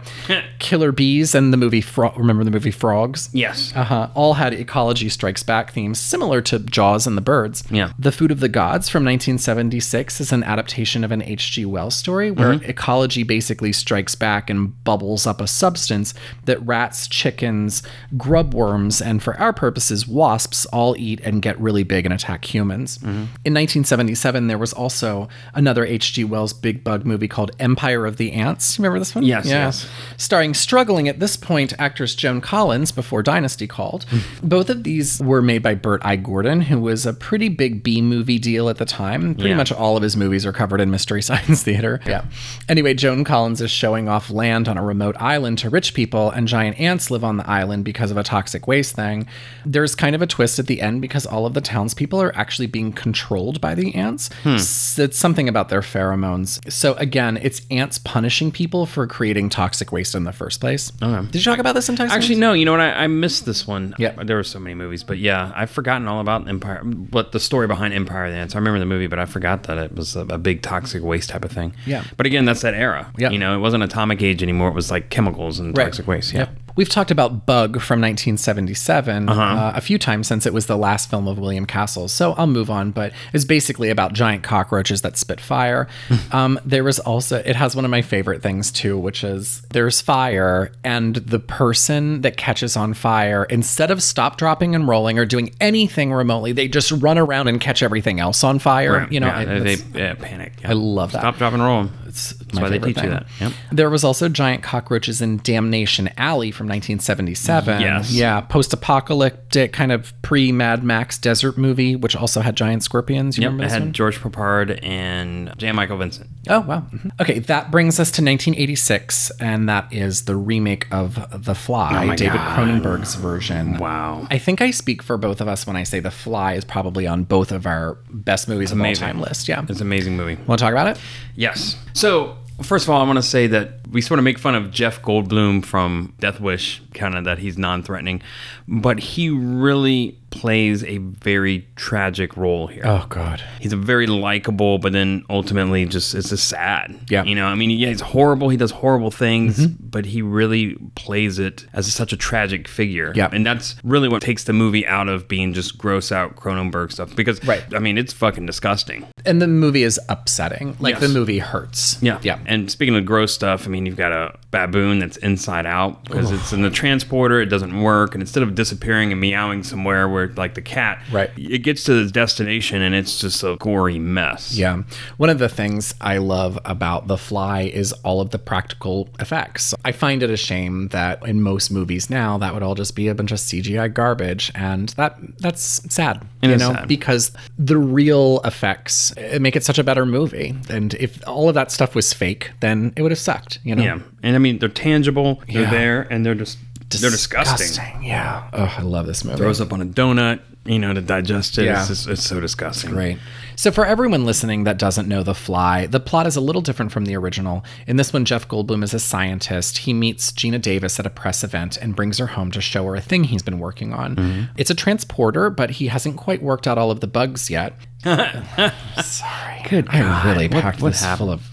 [SPEAKER 1] Killer Bees and the movie Frog. Remember the movie Frogs?
[SPEAKER 3] Yes.
[SPEAKER 1] uh-huh, all had ecology strikes back themes similar to Jaws and the Birds.
[SPEAKER 3] Yeah.
[SPEAKER 1] The Food of the Gods from 1976 Six is an adaptation of an H.G. Wells story where
[SPEAKER 3] Mm-hmm.
[SPEAKER 1] ecology basically strikes back and bubbles up a substance that rats, chickens, grub worms, and for our purposes, wasps all eat and get really big and attack humans.
[SPEAKER 3] Mm-hmm.
[SPEAKER 1] In 1977, there was also another H.G. Wells big bug movie called Empire of the Ants. Remember this one?
[SPEAKER 3] Yes, yes.
[SPEAKER 1] Starring struggling at this point actress Joan Collins before Dynasty called. Both of these were made by Burt I. Gordon, who was a pretty big B movie deal at the time. Pretty
[SPEAKER 3] Yeah.
[SPEAKER 1] much all of his movies are covered in Mystery [LAUGHS] Science Theater. Yeah. Anyway, Joan Collins is showing off land on a remote island to rich people, and giant ants live on the island because of a toxic waste thing. There's kind of a twist at the end because all of the townspeople are actually being controlled by the ants. S- It's something about their pheromones. So again, it's ants punishing people for creating toxic waste in the first place. Did you talk about this in Toxic
[SPEAKER 3] Actually,
[SPEAKER 1] Waste?
[SPEAKER 3] no. You know what? I, I missed this one.
[SPEAKER 1] Yeah.
[SPEAKER 3] there were so many movies, but yeah, I've forgotten all about Empire. What the story behind Empire of the Ants? I remember the movie, but I forgot that it was a, a big toxic waste type of thing.
[SPEAKER 1] Yeah.
[SPEAKER 3] But again, that's that era.
[SPEAKER 1] Yeah.
[SPEAKER 3] You know, it wasn't atomic age anymore. It was like chemicals and
[SPEAKER 1] Right.
[SPEAKER 3] toxic waste. Yeah. Uh-huh.
[SPEAKER 1] Yep. We've talked about Bug from 1977 uh, a few times since it was the last film of William Castle, so I'll move on. But it's basically about giant cockroaches that spit fire.
[SPEAKER 3] Hmm.
[SPEAKER 1] um, there was also it has one of my favorite things too, which is there's fire, and the person that catches on fire instead of stop dropping and rolling or doing anything remotely, they just run around and catch everything else on fire.
[SPEAKER 3] Right.
[SPEAKER 1] You know,
[SPEAKER 3] Yeah,
[SPEAKER 1] I-
[SPEAKER 3] they,
[SPEAKER 1] that's-
[SPEAKER 3] they yeah, panic. Yeah.
[SPEAKER 1] I love that.
[SPEAKER 3] Stop, drop, and roll. That's
[SPEAKER 1] my
[SPEAKER 3] why they
[SPEAKER 1] favorite
[SPEAKER 3] teach you
[SPEAKER 1] thing.
[SPEAKER 3] that. Yep.
[SPEAKER 1] There was also giant cockroaches in Damnation Alley from 1977.
[SPEAKER 3] Yes.
[SPEAKER 1] Yeah, post-apocalyptic kind of pre-Mad Max desert movie, which also had giant scorpions. You
[SPEAKER 3] Yep.
[SPEAKER 1] remember
[SPEAKER 3] It
[SPEAKER 1] this
[SPEAKER 3] had
[SPEAKER 1] one?
[SPEAKER 3] George Papard and J. Michael Vincent.
[SPEAKER 1] Oh wow. Mhm. Okay, that brings us to 1986, and that is the remake of The
[SPEAKER 3] Oh
[SPEAKER 1] Fly, David Cronenberg's version.
[SPEAKER 3] Wow.
[SPEAKER 1] I think I speak for both of us when I say The Fly is probably on both of our best movies
[SPEAKER 3] Amazing.
[SPEAKER 1] of all time list. Yeah.
[SPEAKER 3] It's an amazing movie.
[SPEAKER 1] Want to talk about it?
[SPEAKER 3] Yes. So, first of all, I want to say that we sort of make fun of Jeff Goldblum from Death Wish, kind of that he's non threatening, but he really plays a very tragic role here.
[SPEAKER 1] Oh god.
[SPEAKER 3] He's a very likable, but then ultimately just it's just sad.
[SPEAKER 1] Yeah. Mm-hmm.
[SPEAKER 3] You know, I mean, yeah, he's horrible. He does horrible things, but he really plays it as such a tragic figure.
[SPEAKER 1] Yeah.
[SPEAKER 3] And that's really what takes the movie out of being just gross out Cronenberg stuff because,
[SPEAKER 1] Right.
[SPEAKER 3] I mean, it's fucking disgusting.
[SPEAKER 1] And the movie is upsetting. Like
[SPEAKER 3] Yes.
[SPEAKER 1] the movie hurts.
[SPEAKER 3] Yeah.
[SPEAKER 1] Yeah.
[SPEAKER 3] And speaking of gross stuff, I mean, you've got a baboon that's inside out because it's in the transporter. It doesn't work. And instead of disappearing and meowing somewhere where, like the cat,
[SPEAKER 1] Right.
[SPEAKER 3] it gets to its destination and it's just a gory mess.
[SPEAKER 1] Yeah. One of the things I love about The Fly is all of the practical effects. I find it a shame that in most movies now that would all just be a bunch of CGI garbage and that that's sad, you
[SPEAKER 3] is
[SPEAKER 1] know,
[SPEAKER 3] sad.
[SPEAKER 1] because the real effects eh, make it such a better movie. And if all of that stuff was fake, then it would have sucked, you know.
[SPEAKER 3] Yeah. And I mean, they're tangible, they're
[SPEAKER 1] Yeah.
[SPEAKER 3] there, and they're just, they're disgusting.
[SPEAKER 1] Yeah. Oh, I love this movie.
[SPEAKER 3] Throws up on a donut, you know, to digest it.
[SPEAKER 1] Yeah.
[SPEAKER 3] It's, just, it's so disgusting.
[SPEAKER 1] Right. So, for everyone listening that doesn't know The Fly, the plot is a little different from the original. In this one, Jeff Goldblum is a scientist. He meets Gina Davis at a press event and brings her home to show her a thing he's been working on. It's a transporter, but he hasn't quite worked out all of the bugs [LAUGHS] yet. Sorry. Good I really packed this full of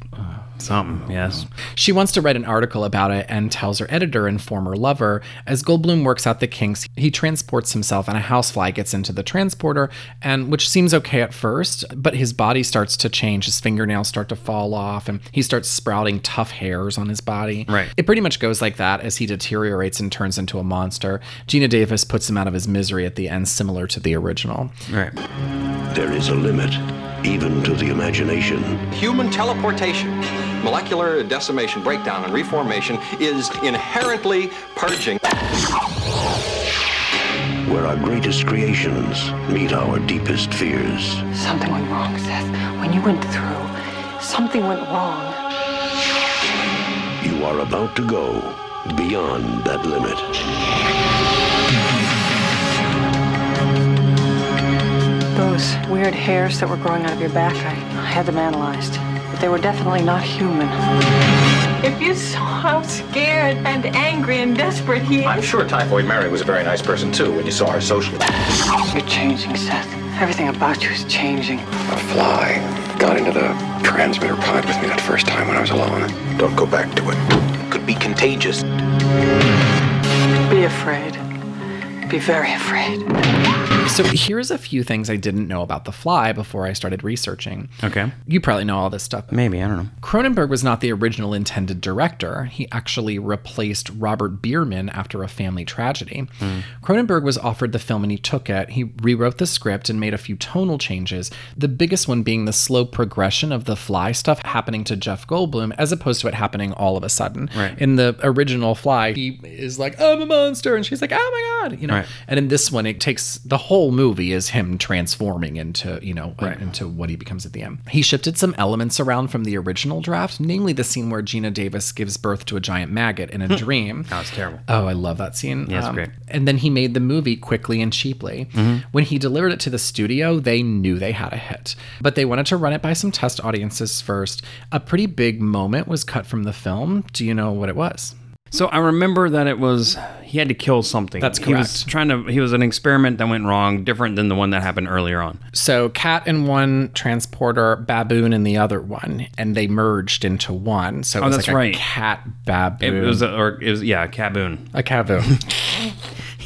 [SPEAKER 3] Something. Yes.
[SPEAKER 1] she wants to write an article about it and tells her editor and former lover. As Goldblum works out the kinks, he transports himself and a housefly gets into the transporter, and which seems okay at first, but his body starts to change, his fingernails start to fall off, and he starts sprouting tough hairs on his body.
[SPEAKER 3] Right.
[SPEAKER 1] It pretty much goes like that as he deteriorates and turns into a monster. Gina Davis puts him out of his misery at the end, similar to the original.
[SPEAKER 3] Right.
[SPEAKER 8] There is a limit, even to the imagination.
[SPEAKER 9] Human teleportation, molecular decimation, breakdown, and reformation is inherently purging.
[SPEAKER 8] Where our greatest creations meet our deepest fears.
[SPEAKER 10] Something went wrong, Seth. When you went through, something went wrong.
[SPEAKER 8] You are about to go beyond that limit.
[SPEAKER 10] Those weird hairs that were growing out of your back, I I had them analyzed. But they were definitely not human.
[SPEAKER 11] If you saw how scared and angry and desperate he is.
[SPEAKER 9] I'm sure Typhoid Mary was a very nice person too when you saw her socially.
[SPEAKER 10] You're changing, Seth. Everything about you is changing.
[SPEAKER 8] A fly got into the transmitter pod with me that first time when I was alone. Don't go back to it.
[SPEAKER 9] Could be contagious.
[SPEAKER 10] Be afraid. Be very afraid.
[SPEAKER 1] So here's a few things I didn't know about The Fly before I started researching.
[SPEAKER 3] Okay.
[SPEAKER 1] You probably know all this stuff.
[SPEAKER 3] Maybe, I don't know.
[SPEAKER 1] Cronenberg was not the original intended director. He actually replaced Robert Bierman after a family tragedy.
[SPEAKER 3] Hmm.
[SPEAKER 1] Cronenberg was offered the film and he took it. He rewrote the script and made a few tonal changes, the biggest one being the slow progression of the fly stuff happening to Jeff Goldblum as opposed to it happening all of a sudden.
[SPEAKER 3] Right.
[SPEAKER 1] In the original fly, he is like, I'm a monster. And she's like, oh my God. You know,
[SPEAKER 3] Right.
[SPEAKER 1] and in this one, it takes the whole movie is him transforming into, you know, into what he becomes at the end. He shifted some elements around from the original draft, namely the scene where Gina Davis gives birth to a giant maggot in a dream.
[SPEAKER 3] That was terrible.
[SPEAKER 1] Oh, I love that scene. Um,
[SPEAKER 3] Yeah, it's great. Mm-hmm.
[SPEAKER 1] And then he made the movie quickly and cheaply. When he delivered it to the studio, they knew they had a hit, but they wanted to run it by some test audiences first. A pretty big moment was cut from the film. Do you know what it was?
[SPEAKER 3] So I remember that it was he had to kill something.
[SPEAKER 1] That's
[SPEAKER 3] He was trying to. He was an experiment that went wrong, different than the one that happened earlier on.
[SPEAKER 1] So cat in one transporter, baboon in the other one, and they merged into one. So it
[SPEAKER 3] Oh,
[SPEAKER 1] was
[SPEAKER 3] that's
[SPEAKER 1] like
[SPEAKER 3] right.
[SPEAKER 1] a cat baboon.
[SPEAKER 3] It was a, or it was yeah, Caboon.
[SPEAKER 1] a caboon.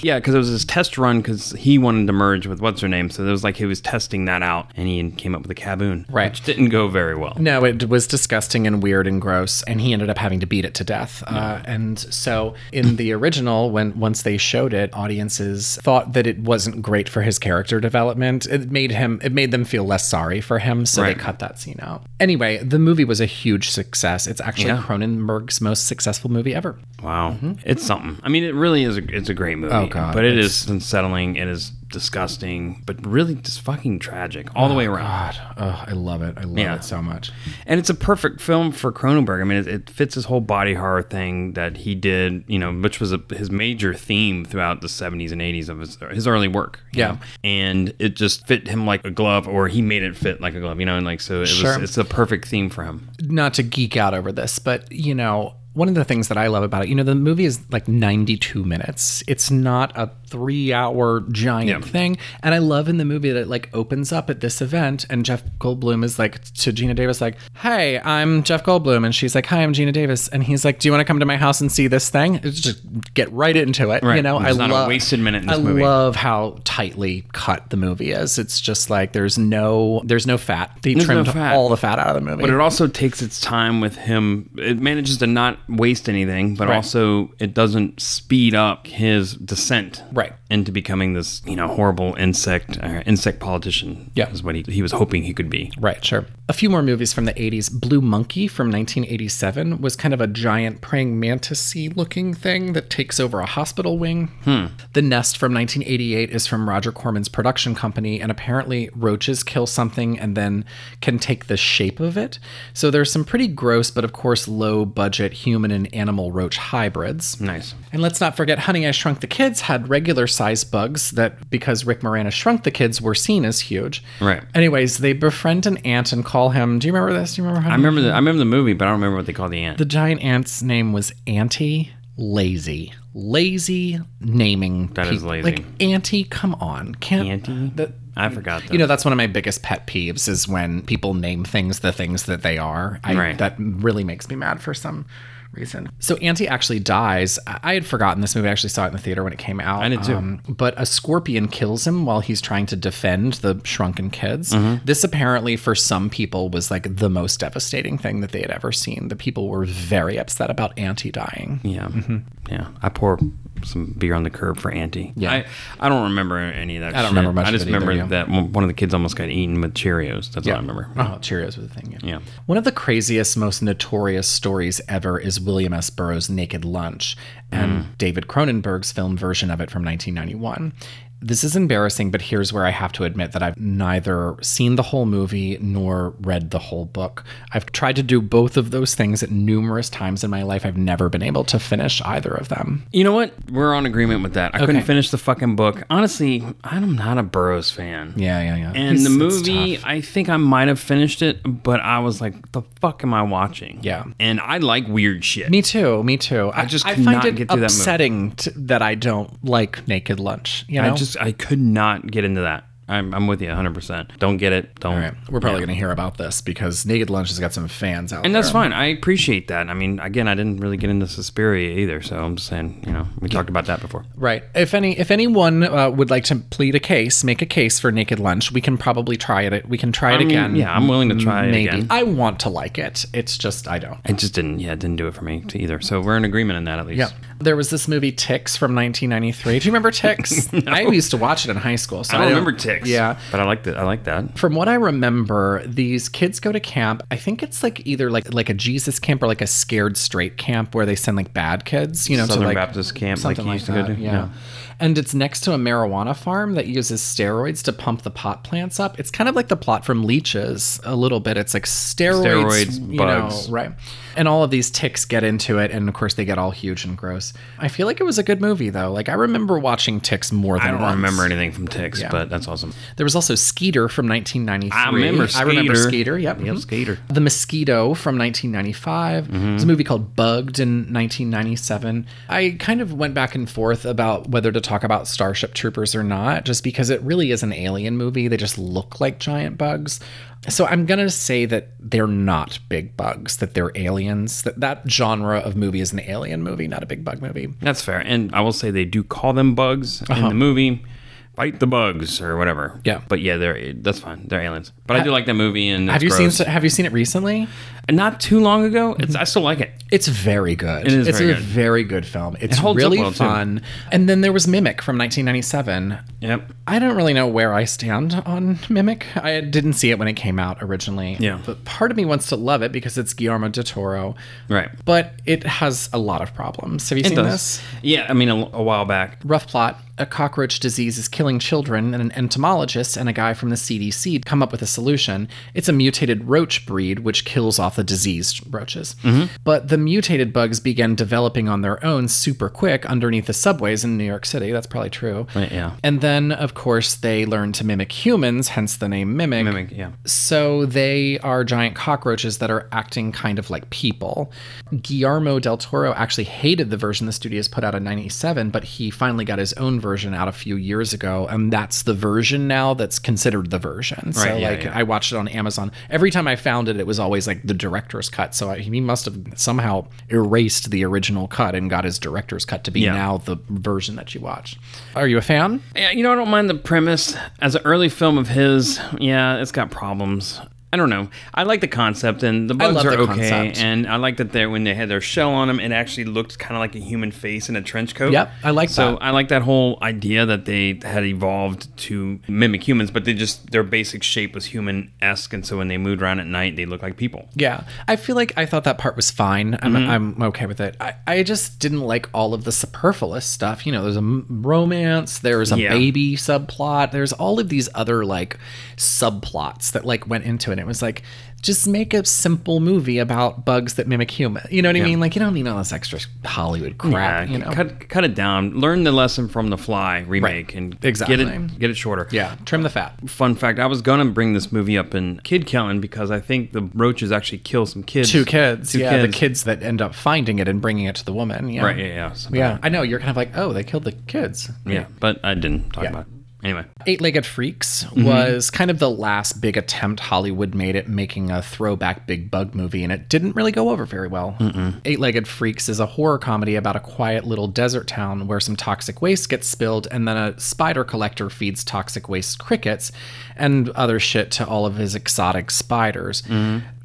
[SPEAKER 3] Yeah, because it was his test run because he wanted to merge with what's her name. So it was like he was testing that out, and he came up with a Caboon,
[SPEAKER 1] Right.
[SPEAKER 3] Which didn't go very well.
[SPEAKER 1] no, it was disgusting and weird and gross, and he ended up having to beat it to death. Uh, and so in the original, when once they showed it, audiences thought that it wasn't great for his character development. It made him, it made them feel less sorry for him, so
[SPEAKER 3] Right.
[SPEAKER 1] they cut that scene out. Anyway, the movie was a huge success. It's actually
[SPEAKER 3] Yeah.
[SPEAKER 1] Cronenberg's most successful movie ever.
[SPEAKER 3] Wow, it's something. I mean, it really is. A, it's a great movie.
[SPEAKER 1] Mm-hmm. Oh, God,
[SPEAKER 3] but it
[SPEAKER 1] it's-
[SPEAKER 3] is unsettling. It is disgusting, but really just fucking tragic all the way around.
[SPEAKER 1] Oh, I love it. I love
[SPEAKER 3] Yeah.
[SPEAKER 1] it so much.
[SPEAKER 3] And it's a perfect film for Cronenberg. I mean, it, it fits his whole body horror thing that he did, you know, which was a, his major theme throughout the 70s and 80s of his, his early work. you
[SPEAKER 1] Yeah.
[SPEAKER 3] know? And it just fit him like a glove, or he made it fit like a glove, you know, and like, so it
[SPEAKER 1] Sure.
[SPEAKER 3] was, it's a perfect theme for him.
[SPEAKER 1] not to geek out over this, but you know, one of the things that I love about it, you know, the movie is like 92 minutes. It's not a three hour giant
[SPEAKER 3] Yeah.
[SPEAKER 1] thing. And I love in the movie that it like opens up at this event and Jeff Goldblum is like to Gina Davis, like, Hey, I'm Jeff Goldblum. And she's like, Hi, I'm Gina Davis. And he's like, Do you want to come to my house and see this thing? It's just get right into it. You
[SPEAKER 3] Right.
[SPEAKER 1] know,
[SPEAKER 3] There's
[SPEAKER 1] I
[SPEAKER 3] not a
[SPEAKER 1] love
[SPEAKER 3] wasted minute in this
[SPEAKER 1] I
[SPEAKER 3] movie.
[SPEAKER 1] love how tightly cut the movie is. It's just like there's no there's no fat. They
[SPEAKER 3] There's no
[SPEAKER 1] trimmed
[SPEAKER 3] fat.
[SPEAKER 1] all the fat out of the movie.
[SPEAKER 3] But it also takes its time with him. It manages to not waste anything, but
[SPEAKER 1] Right.
[SPEAKER 3] also it doesn't speed up his descent
[SPEAKER 1] Right.
[SPEAKER 3] into becoming this, you know, horrible insect uh, insect politician.
[SPEAKER 1] Yeah.
[SPEAKER 3] is what he, he was hoping he could be.
[SPEAKER 1] Right, sure. A few more movies from the 80s. Blue Monkey from 1987 was kind of a giant praying mantis looking thing that takes over a hospital wing.
[SPEAKER 3] Hmm.
[SPEAKER 1] The Nest from 1988 is from Roger Corman's production company, and apparently roaches kill something and then can take the shape of it. So there's some pretty gross, but of course low budget human and animal roach hybrids.
[SPEAKER 3] Nice.
[SPEAKER 1] And let's not forget, Honey, I Shrunk the Kids had regular size bugs that, because Rick Moranis shrunk the kids, were seen as huge.
[SPEAKER 3] Right.
[SPEAKER 1] Anyways, they befriend an ant and call him. Do you remember this? Do you remember? Honey?
[SPEAKER 3] I remember the I remember the movie, but I don't remember what they call the ant.
[SPEAKER 1] the giant ant's name was Auntie Lazy. Lazy naming.
[SPEAKER 3] That is
[SPEAKER 1] peop-
[SPEAKER 3] lazy.
[SPEAKER 1] Like Auntie, come on, can't
[SPEAKER 3] Auntie?
[SPEAKER 1] that-
[SPEAKER 3] I forgot. That.
[SPEAKER 1] you know, that's one of my biggest pet peeves is when people name things the things that they are. I,
[SPEAKER 3] Right.
[SPEAKER 1] That really makes me mad for some reason. So Auntie actually dies. I I had forgotten this movie. I actually saw it in the theater when it came out. Um,
[SPEAKER 3] I did too.
[SPEAKER 1] but a scorpion kills him while he's trying to defend the shrunken kids.
[SPEAKER 3] Mm-hmm.
[SPEAKER 1] This apparently, for some people, was like the most devastating thing that they had ever seen. The people were very upset about Auntie dying.
[SPEAKER 3] yeah,
[SPEAKER 1] mm-hmm.
[SPEAKER 3] yeah. I pour some beer on the curb for Auntie.
[SPEAKER 1] Yeah.
[SPEAKER 3] I, I don't remember any of that.
[SPEAKER 1] I don't
[SPEAKER 3] shit.
[SPEAKER 1] remember much
[SPEAKER 3] I
[SPEAKER 1] of
[SPEAKER 3] just
[SPEAKER 1] it either,
[SPEAKER 3] remember
[SPEAKER 1] yeah.
[SPEAKER 3] that one one of the kids almost got eaten with Cheerios. That's all I remember.
[SPEAKER 1] Oh, Cheerios was the thing.
[SPEAKER 3] Yeah.
[SPEAKER 1] One of the craziest, most notorious stories ever is William S. Burroughs' Naked Lunch and David Cronenberg's film version of it from 1991. This is embarrassing, but here's where I have to admit that I've neither seen the whole movie nor read the whole book. I've tried to do both of those things at numerous times in my life. I've never been able to finish either of them.
[SPEAKER 3] You know what? We're on agreement with that. I couldn't
[SPEAKER 1] Okay.
[SPEAKER 3] finish the fucking book. Honestly, I'm not a Burroughs fan.
[SPEAKER 1] Yeah, yeah, yeah.
[SPEAKER 3] And
[SPEAKER 1] It's-
[SPEAKER 3] the
[SPEAKER 1] it's
[SPEAKER 3] movie,
[SPEAKER 1] tough.
[SPEAKER 3] I think I might have finished it, but I was like, the fuck am I watching?
[SPEAKER 1] Yeah.
[SPEAKER 3] And I like weird shit.
[SPEAKER 1] Me too. Me too. I,
[SPEAKER 3] just
[SPEAKER 1] I
[SPEAKER 3] could
[SPEAKER 1] find
[SPEAKER 3] not
[SPEAKER 1] it
[SPEAKER 3] get through that movie.
[SPEAKER 1] upsetting t- that I don't like Naked Lunch. You know?
[SPEAKER 3] I just I could not get into that. I'm, I'm with you 100%. Don't get it. Don't.
[SPEAKER 1] We're probably going to hear about this because Naked Lunch has got some fans out
[SPEAKER 3] And
[SPEAKER 1] there.
[SPEAKER 3] that's fine. I appreciate that. I mean, again, I didn't really get into Suspiria either, so I'm just saying, you know, we talked about that before.
[SPEAKER 1] Right. If any, if anyone uh, would like to plead a case, make a case for Naked Lunch, we can probably try it. We can try it
[SPEAKER 3] I mean,
[SPEAKER 1] again.
[SPEAKER 3] yeah, I'm willing to try it again.
[SPEAKER 1] I want to like it. It's just I don't.
[SPEAKER 3] It just didn't, yeah, it didn't do it for me to either. So we're in agreement in that at least.
[SPEAKER 1] Yeah. There was this movie Ticks from 1993. Do you remember
[SPEAKER 3] [LAUGHS]
[SPEAKER 1] Ticks? I used to watch it in high school. So
[SPEAKER 3] I don't remember ticks.
[SPEAKER 1] Yeah.
[SPEAKER 3] but I like that. I like that.
[SPEAKER 1] From what I remember, these kids go to camp. I think it's like either like like a Jesus camp or like a scared straight camp where they send like bad kids, you know,
[SPEAKER 3] Southern
[SPEAKER 1] to like
[SPEAKER 3] Baptist camp, like
[SPEAKER 1] something
[SPEAKER 3] you
[SPEAKER 1] like,
[SPEAKER 3] used to go
[SPEAKER 1] that,
[SPEAKER 3] to?
[SPEAKER 1] Yeah.
[SPEAKER 3] Yeah.
[SPEAKER 1] And it's next to a marijuana farm that uses steroids to pump the pot plants up. It's kind of like the plot from Leeches a little bit. It's like steroids,
[SPEAKER 3] Steroids,
[SPEAKER 1] you
[SPEAKER 3] bugs.
[SPEAKER 1] know, right? And all of these ticks get into it, and of course they get all huge and gross. I feel like it was a good movie though. Like I remember watching Ticks more than
[SPEAKER 3] I don't
[SPEAKER 1] once.
[SPEAKER 3] remember anything from ticks,
[SPEAKER 1] Yeah.
[SPEAKER 3] but that's awesome.
[SPEAKER 1] There was also Skeeter from 1993.
[SPEAKER 3] I remember
[SPEAKER 1] I remember
[SPEAKER 3] Skeeter.
[SPEAKER 1] Skeeter. Yep.
[SPEAKER 3] Yep,
[SPEAKER 1] mhm.
[SPEAKER 3] Skeeter. Mm-hmm.
[SPEAKER 1] The Mosquito from 1995. There's a movie called Bugged in 1997. I kind of went back and forth about whether to talk about Starship Troopers or not, just because it really is an alien movie. They just look like giant bugs. So I'm gonna say that they're not big bugs. That they're aliens. That that genre of movie is an alien movie, not a big bug movie.
[SPEAKER 3] That's fair. And I will say they do call them bugs in
[SPEAKER 1] Uh-huh.
[SPEAKER 3] the movie. Fight the bugs or whatever. Yeah. But yeah, they're that's fine. They're aliens. But I, do like that movie. And
[SPEAKER 1] have you
[SPEAKER 3] it's gross.
[SPEAKER 1] seen Mm-hmm. Have you seen it recently?
[SPEAKER 3] Not too long ago. It's I still like it.
[SPEAKER 1] It's very good.
[SPEAKER 3] It is
[SPEAKER 1] It's
[SPEAKER 3] very
[SPEAKER 1] a
[SPEAKER 3] good.
[SPEAKER 1] very good film. It's
[SPEAKER 3] holds up
[SPEAKER 1] really
[SPEAKER 3] well, too.
[SPEAKER 1] fun. And then there was Mimic from 1997.
[SPEAKER 3] Yep.
[SPEAKER 1] I don't really know where I stand on Mimic. I didn't see it when it came out originally.
[SPEAKER 3] Yeah.
[SPEAKER 1] But part of me wants to love it because it's Guillermo del Toro.
[SPEAKER 3] Right.
[SPEAKER 1] But it has a lot of problems. Have you
[SPEAKER 3] It
[SPEAKER 1] seen
[SPEAKER 3] does.
[SPEAKER 1] this?
[SPEAKER 3] Yeah, I mean a, a while back.
[SPEAKER 1] Rough plot. A cockroach disease is killing children, and an entomologist and a guy from the CDC come up with a solution. It's a mutated roach breed which kills off the diseased roaches.
[SPEAKER 3] Mm-hmm.
[SPEAKER 2] Mhm.
[SPEAKER 1] But the mutated bugs began developing on their own super quick underneath the subways in New York City. That's probably true.
[SPEAKER 3] Right, yeah.
[SPEAKER 1] And then, of course, they learn to mimic humans, hence the name Mimic.
[SPEAKER 3] Mimic, yeah.
[SPEAKER 1] So they are giant cockroaches that are acting kind of like people. Guillermo del Toro actually hated the version the studios put out in 97, but he finally got his own version out a few years ago, and that's the version now that's considered the version. so,
[SPEAKER 3] Right, yeah,
[SPEAKER 1] like,
[SPEAKER 3] yeah.
[SPEAKER 1] I watched it on Amazon. Every time I found it, it was always like the director's cut. So I, he must have somehow erased the original cut and got his director's cut to be
[SPEAKER 3] Yeah.
[SPEAKER 1] now the version that you watch. Are you a fan?
[SPEAKER 3] Yeah, you know, I don't mind the premise. As an early film of his, yeah, it's got problems. I don't know. I like the concept, and the
[SPEAKER 1] I
[SPEAKER 3] bugs
[SPEAKER 1] love
[SPEAKER 3] are
[SPEAKER 1] the
[SPEAKER 3] okay.
[SPEAKER 1] concept.
[SPEAKER 3] And I like that they, when they had their shell on them, it actually looked kind of like a human face in a trench coat.
[SPEAKER 1] Yep, I like
[SPEAKER 3] so
[SPEAKER 1] that.
[SPEAKER 3] I like that whole idea that they had evolved to mimic humans, but they just their basic shape was human esque, and so when they moved around at night, they looked like people.
[SPEAKER 1] Yeah, I feel like I thought that part was fine. I'm,
[SPEAKER 3] Mhm.
[SPEAKER 1] I'm okay with it. I, I just didn't like all of the superfluous stuff. You know, there's a m- romance, there's a
[SPEAKER 3] Yeah.
[SPEAKER 1] baby subplot, there's all of these other like subplots that like went into it. It was like, just make a simple movie about bugs that mimic human. You know what I
[SPEAKER 3] Yeah.
[SPEAKER 1] mean? Like, you don't need all this extra Hollywood crap.
[SPEAKER 3] Yeah,
[SPEAKER 1] you know,
[SPEAKER 3] cut cut it down. Learn the lesson from the Fly remake and
[SPEAKER 1] Exactly.
[SPEAKER 3] get it get it shorter.
[SPEAKER 1] Yeah, trim the fat.
[SPEAKER 3] Fun fact: I was gonna bring this movie up in Kid Killing because I think the roaches actually kill some kids.
[SPEAKER 1] two kids.
[SPEAKER 3] Two
[SPEAKER 1] yeah,
[SPEAKER 3] kids.
[SPEAKER 1] the kids that end up finding it and bringing it to the woman. Yeah,
[SPEAKER 3] Right, yeah, yeah, something
[SPEAKER 1] yeah. I know. You're kind of like, oh, they killed the kids.
[SPEAKER 3] Yeah, but I didn't talk about it. anyway.
[SPEAKER 1] Eight Legged Freaks
[SPEAKER 3] Mhm.
[SPEAKER 1] was kind of the last big attempt Hollywood made at making a throwback big bug movie, and it didn't really go over very well. Eight Legged Freaks is a horror comedy about a quiet little desert town where some toxic waste gets spilled, and then a spider collector feeds toxic waste crickets and other shit to all of his exotic spiders.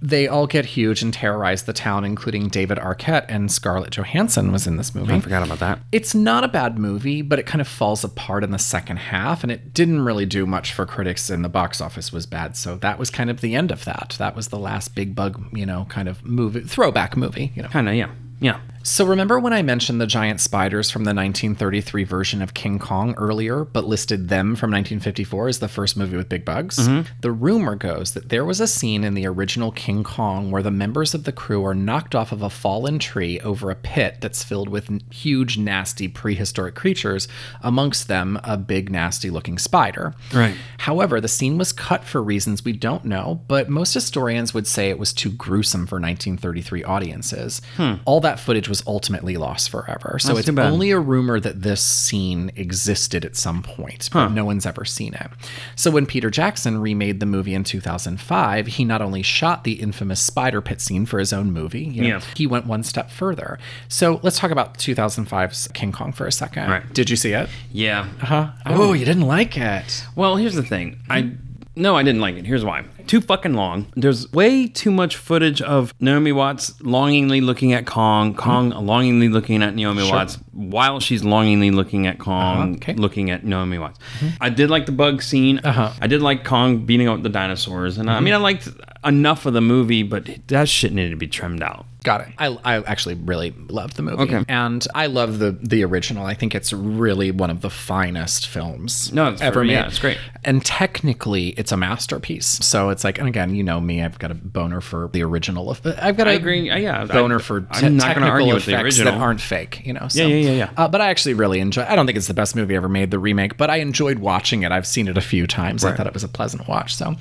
[SPEAKER 1] They all get huge and terrorize the town, including David Arquette and Scarlett Johansson was in this movie.
[SPEAKER 3] I forgot about that.
[SPEAKER 1] It's not a bad movie, but it kind of falls apart in the second half, and it didn't really do much for critics, and the box office was bad. So that was kind of the end of that. That was the last big bug, you know, kind of movie throwback movie, you know.
[SPEAKER 3] Kind of, yeah, yeah.
[SPEAKER 1] So remember when I mentioned the giant spiders from the 1933 version of King Kong earlier, but listed them from 1954 as the first movie with big bugs?
[SPEAKER 3] Mhm.
[SPEAKER 1] The rumor goes that there was a scene in the original King Kong where the members of the crew are knocked off of a fallen tree over a pit that's filled with n- huge, nasty prehistoric creatures, amongst them a big, nasty looking spider.
[SPEAKER 3] Right.
[SPEAKER 1] However, the scene was cut for reasons we don't know, but most historians would say it was too gruesome for 1933 audiences.
[SPEAKER 3] Hmm.
[SPEAKER 1] All that footage was was ultimately lost forever. So
[SPEAKER 3] That's
[SPEAKER 1] it's
[SPEAKER 3] too bad.
[SPEAKER 1] only a rumor that this scene existed at some point, but no one's ever seen it. So when Peter Jackson remade the movie in 2005, he not only shot the infamous spider pit scene for his own movie, you know,
[SPEAKER 3] Yeah.
[SPEAKER 1] he went one step further. So let's talk about 2005's King Kong for a second.
[SPEAKER 3] Right.
[SPEAKER 1] Did you see it?
[SPEAKER 3] Yeah.
[SPEAKER 1] Uh huh. Oh, you didn't like it.
[SPEAKER 3] Well, here's the thing. I no, I didn't like it. Here's why. Too fucking long. There's way too much footage of Naomi Watts longingly looking at Kong, Kong longingly looking at Naomi
[SPEAKER 1] Sure.
[SPEAKER 3] Watts while she's longingly looking at Kong,
[SPEAKER 1] Uh-huh, okay. Mm-hmm.
[SPEAKER 3] looking at Naomi Watts. I did like the bug scene. Uh-huh. I did like Kong beating up the dinosaurs, and I
[SPEAKER 1] Mhm.
[SPEAKER 3] mean, I liked enough of the movie, but that shit needed to be trimmed out.
[SPEAKER 1] Got it. I, I actually really love the movie.
[SPEAKER 3] Okay.
[SPEAKER 1] And I love the the original. I think it's really one of the finest films
[SPEAKER 3] No, it's
[SPEAKER 1] ever
[SPEAKER 3] for-
[SPEAKER 1] made.
[SPEAKER 3] yeah, it's great.
[SPEAKER 1] And technically, it's a masterpiece. So it's like, and again, you know me, I've got a boner for the original. of- I've got a
[SPEAKER 3] I agree. Uh, yeah, I-
[SPEAKER 1] boner for
[SPEAKER 3] I'm
[SPEAKER 1] te-
[SPEAKER 3] not gonna
[SPEAKER 1] technical
[SPEAKER 3] argue with
[SPEAKER 1] effects
[SPEAKER 3] the
[SPEAKER 1] that
[SPEAKER 3] original.
[SPEAKER 1] aren't fake. You know. So,
[SPEAKER 3] yeah, yeah, yeah.
[SPEAKER 1] Uh, but I actually really enjoy. I don't think it's the best movie ever made, the remake, but I enjoyed watching it. I've seen it a few times. I
[SPEAKER 3] Right.
[SPEAKER 1] thought it was a pleasant watch. So.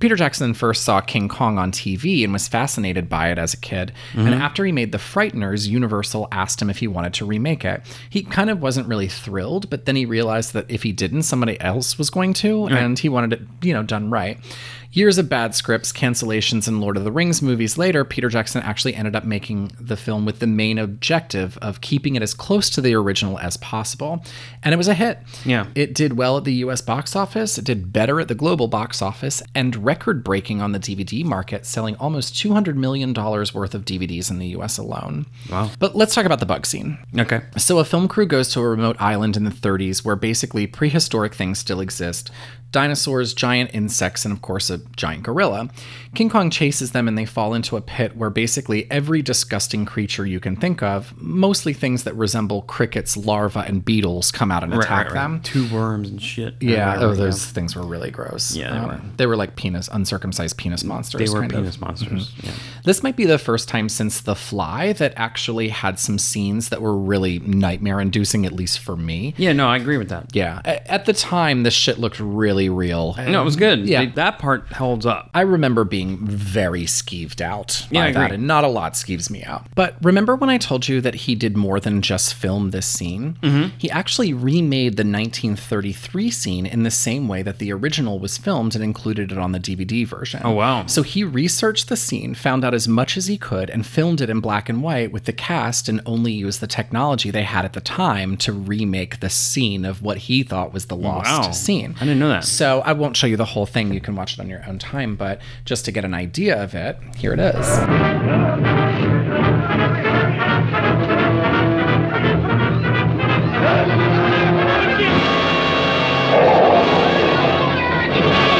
[SPEAKER 1] Peter Jackson first saw King Kong on TV and was fascinated by it as a kid. And
[SPEAKER 3] Mhm.
[SPEAKER 1] after he made The Frighteners, Universal asked him if he wanted to remake it. He kind of wasn't really thrilled, but then he realized that if he didn't, somebody else was going to,
[SPEAKER 3] Right.
[SPEAKER 1] and he wanted it, you know, done right. Years of bad scripts, cancellations, and Lord of the Rings movies later, Peter Jackson actually ended up making the film with the main objective of keeping it as close to the original as possible. And it was a hit.
[SPEAKER 3] Yeah.
[SPEAKER 1] It did well at the US box office, it did better at the global box office, and record breaking on the DVD market, selling almost $200 million worth of DVDs in the US alone.
[SPEAKER 3] Wow.
[SPEAKER 1] But let's talk about the bug scene.
[SPEAKER 3] Okay.
[SPEAKER 1] So, a film crew goes to a remote island in the 30s where basically prehistoric things still exist dinosaurs, giant insects, and of course, a giant gorilla. King Kong chases them and they fall into a pit where basically every disgusting creature you can think of, mostly things that resemble crickets, larvae, and beetles, come out and
[SPEAKER 3] Right,
[SPEAKER 1] attack
[SPEAKER 3] right, right.
[SPEAKER 1] them.
[SPEAKER 3] Two worms and shit.
[SPEAKER 1] Yeah,
[SPEAKER 3] Whatever,
[SPEAKER 1] oh, those things were really gross. Um,
[SPEAKER 3] Yeah, they were.
[SPEAKER 1] they were like penis, uncircumcised penis monsters.
[SPEAKER 3] They were
[SPEAKER 1] kind of.
[SPEAKER 3] penis monsters,
[SPEAKER 1] Mhm. This might be the first time since The Fly that actually had some scenes that were really nightmare-inducing, at least for me.
[SPEAKER 3] Yeah, no, I agree with that.
[SPEAKER 1] Yeah, A- at the time, this shit looked really real.
[SPEAKER 3] No, it was good.
[SPEAKER 1] Yeah,
[SPEAKER 3] They- that part holds up.
[SPEAKER 1] I remember being very skeeved out
[SPEAKER 3] Yeah,
[SPEAKER 1] by
[SPEAKER 3] I
[SPEAKER 1] that,
[SPEAKER 3] agree.
[SPEAKER 1] and not a lot skeeves me out. But remember when I told you that he did more than just film this scene?
[SPEAKER 3] Mhm.
[SPEAKER 1] He actually remade the 1933 scene in the same way that the original was filmed and included it on the DVD version.
[SPEAKER 3] Oh, wow.
[SPEAKER 1] So he researched the scene, found out as much as he could, and filmed it in black and white with the cast and only used the technology they had at the time to remake the scene of what he thought was the lost
[SPEAKER 3] Wow.
[SPEAKER 1] scene.
[SPEAKER 3] I didn't know that.
[SPEAKER 1] So I won't show you the whole thing. You can watch it on your own time, but just to get an idea of it, here it is.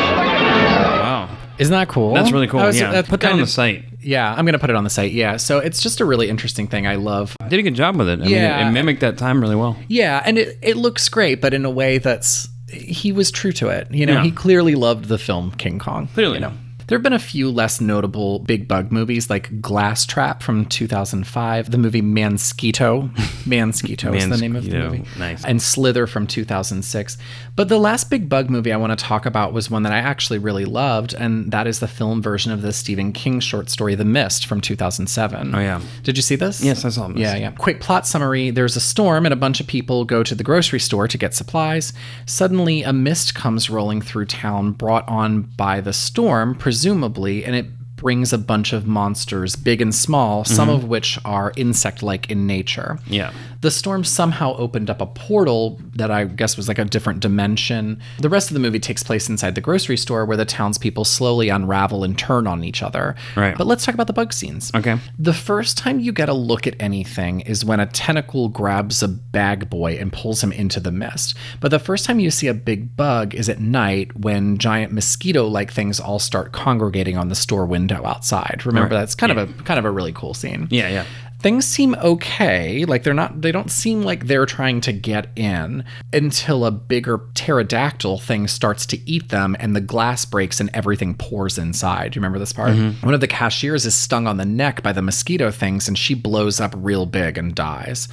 [SPEAKER 3] Wow.
[SPEAKER 1] Isn't that cool?
[SPEAKER 3] That's really cool.
[SPEAKER 1] I was-
[SPEAKER 3] yeah.
[SPEAKER 1] that's
[SPEAKER 3] Put that on
[SPEAKER 1] kind
[SPEAKER 3] the
[SPEAKER 1] of-
[SPEAKER 3] site.
[SPEAKER 1] Yeah, I'm gonna put it on the site. Yeah, so it's just a really interesting thing. I love.
[SPEAKER 3] Did a good job with it. I mean,
[SPEAKER 1] Yeah.
[SPEAKER 3] it- it mimicked that time really well.
[SPEAKER 1] Yeah, and it it looks great, but in a way that's he was true to it. You know,
[SPEAKER 3] Yeah.
[SPEAKER 1] he clearly loved the film King Kong.
[SPEAKER 3] Clearly.
[SPEAKER 1] you know. There have been a few less notable big bug movies like Glass Trap from 2005, the movie
[SPEAKER 3] [LAUGHS]
[SPEAKER 1] Mansquito. Mansquito is the name of the
[SPEAKER 3] Mansquito.
[SPEAKER 1] movie.
[SPEAKER 3] Nice.
[SPEAKER 1] And Slither from 2006. But the last big bug movie I want to talk about was one that I actually really loved, and that is the film version of the Stephen King short story, The Mist from 2007.
[SPEAKER 3] Oh, yeah.
[SPEAKER 1] Did you see this?
[SPEAKER 3] Yes, I saw Mist.
[SPEAKER 1] Yeah, yeah. Quick plot summary there's a storm, and a bunch of people go to the grocery store to get supplies. Suddenly, a mist comes rolling through town, brought on by the storm, presumably, and it brings a bunch of monsters, big and small, some
[SPEAKER 3] Mhm.
[SPEAKER 1] of which are insect like in nature.
[SPEAKER 3] Yeah.
[SPEAKER 1] The storm somehow opened up a portal that I guess was like a different dimension. The rest of the movie takes place inside the grocery store where the townspeople slowly unravel and turn on each other.
[SPEAKER 3] Right.
[SPEAKER 1] But let's talk about the bug scenes.
[SPEAKER 3] Okay.
[SPEAKER 1] The first time you get a look at anything is when a tentacle grabs a bag boy and pulls him into the mist. But the first time you see a big bug is at night when giant mosquito like things all start congregating on the store window outside. Remember
[SPEAKER 3] Right.
[SPEAKER 1] that's kind of a kind of a really cool scene.
[SPEAKER 3] Yeah, yeah.
[SPEAKER 1] Things seem okay, like they're not they don't seem like they're trying to get in until a bigger pterodactyl thing starts to eat them and the glass breaks and everything pours inside. You remember this part?
[SPEAKER 3] Mhm.
[SPEAKER 1] One of the cashiers is stung on the neck by the mosquito things and she blows up real big and dies.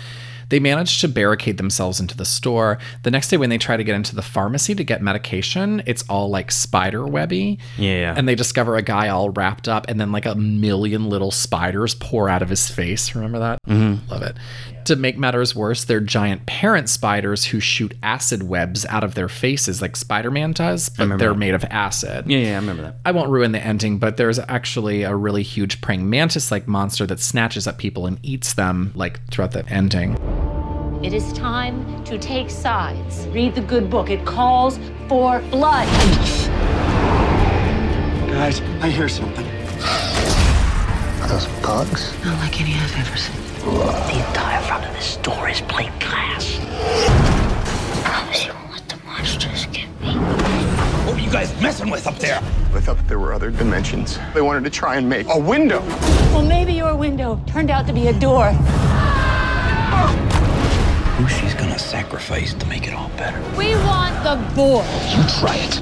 [SPEAKER 1] They manage to barricade themselves into the store. The next day, when they try to get into the pharmacy to get medication, it's all like spider webby.
[SPEAKER 3] Yeah.
[SPEAKER 1] And they discover a guy all wrapped up, and then like a million little spiders pour out of his face. Remember that?
[SPEAKER 3] Mhm.
[SPEAKER 1] Love it. To make matters worse, they're giant parent spiders who shoot acid webs out of their faces, like Spider Man does, but
[SPEAKER 3] remember
[SPEAKER 1] they're
[SPEAKER 3] that.
[SPEAKER 1] made of acid.
[SPEAKER 3] Yeah, yeah, I remember that.
[SPEAKER 1] I won't ruin the ending, but there's actually a really huge praying mantis like monster that snatches up people and eats them, like throughout the ending.
[SPEAKER 12] It is time to take sides. Read the good book. It calls for blood.
[SPEAKER 13] Guys, I hear something. Are those bugs?
[SPEAKER 10] Not like any I've ever seen.
[SPEAKER 13] The entire front of this store is plate glass. Promise you won't let the monsters get me. What were you guys messing with up there? They thought that there were other dimensions. They wanted to try and make a window.
[SPEAKER 12] Well, maybe your window turned out to be a door.
[SPEAKER 13] Who she's gonna sacrifice to make it all better?
[SPEAKER 12] We want the boy.
[SPEAKER 13] You try it.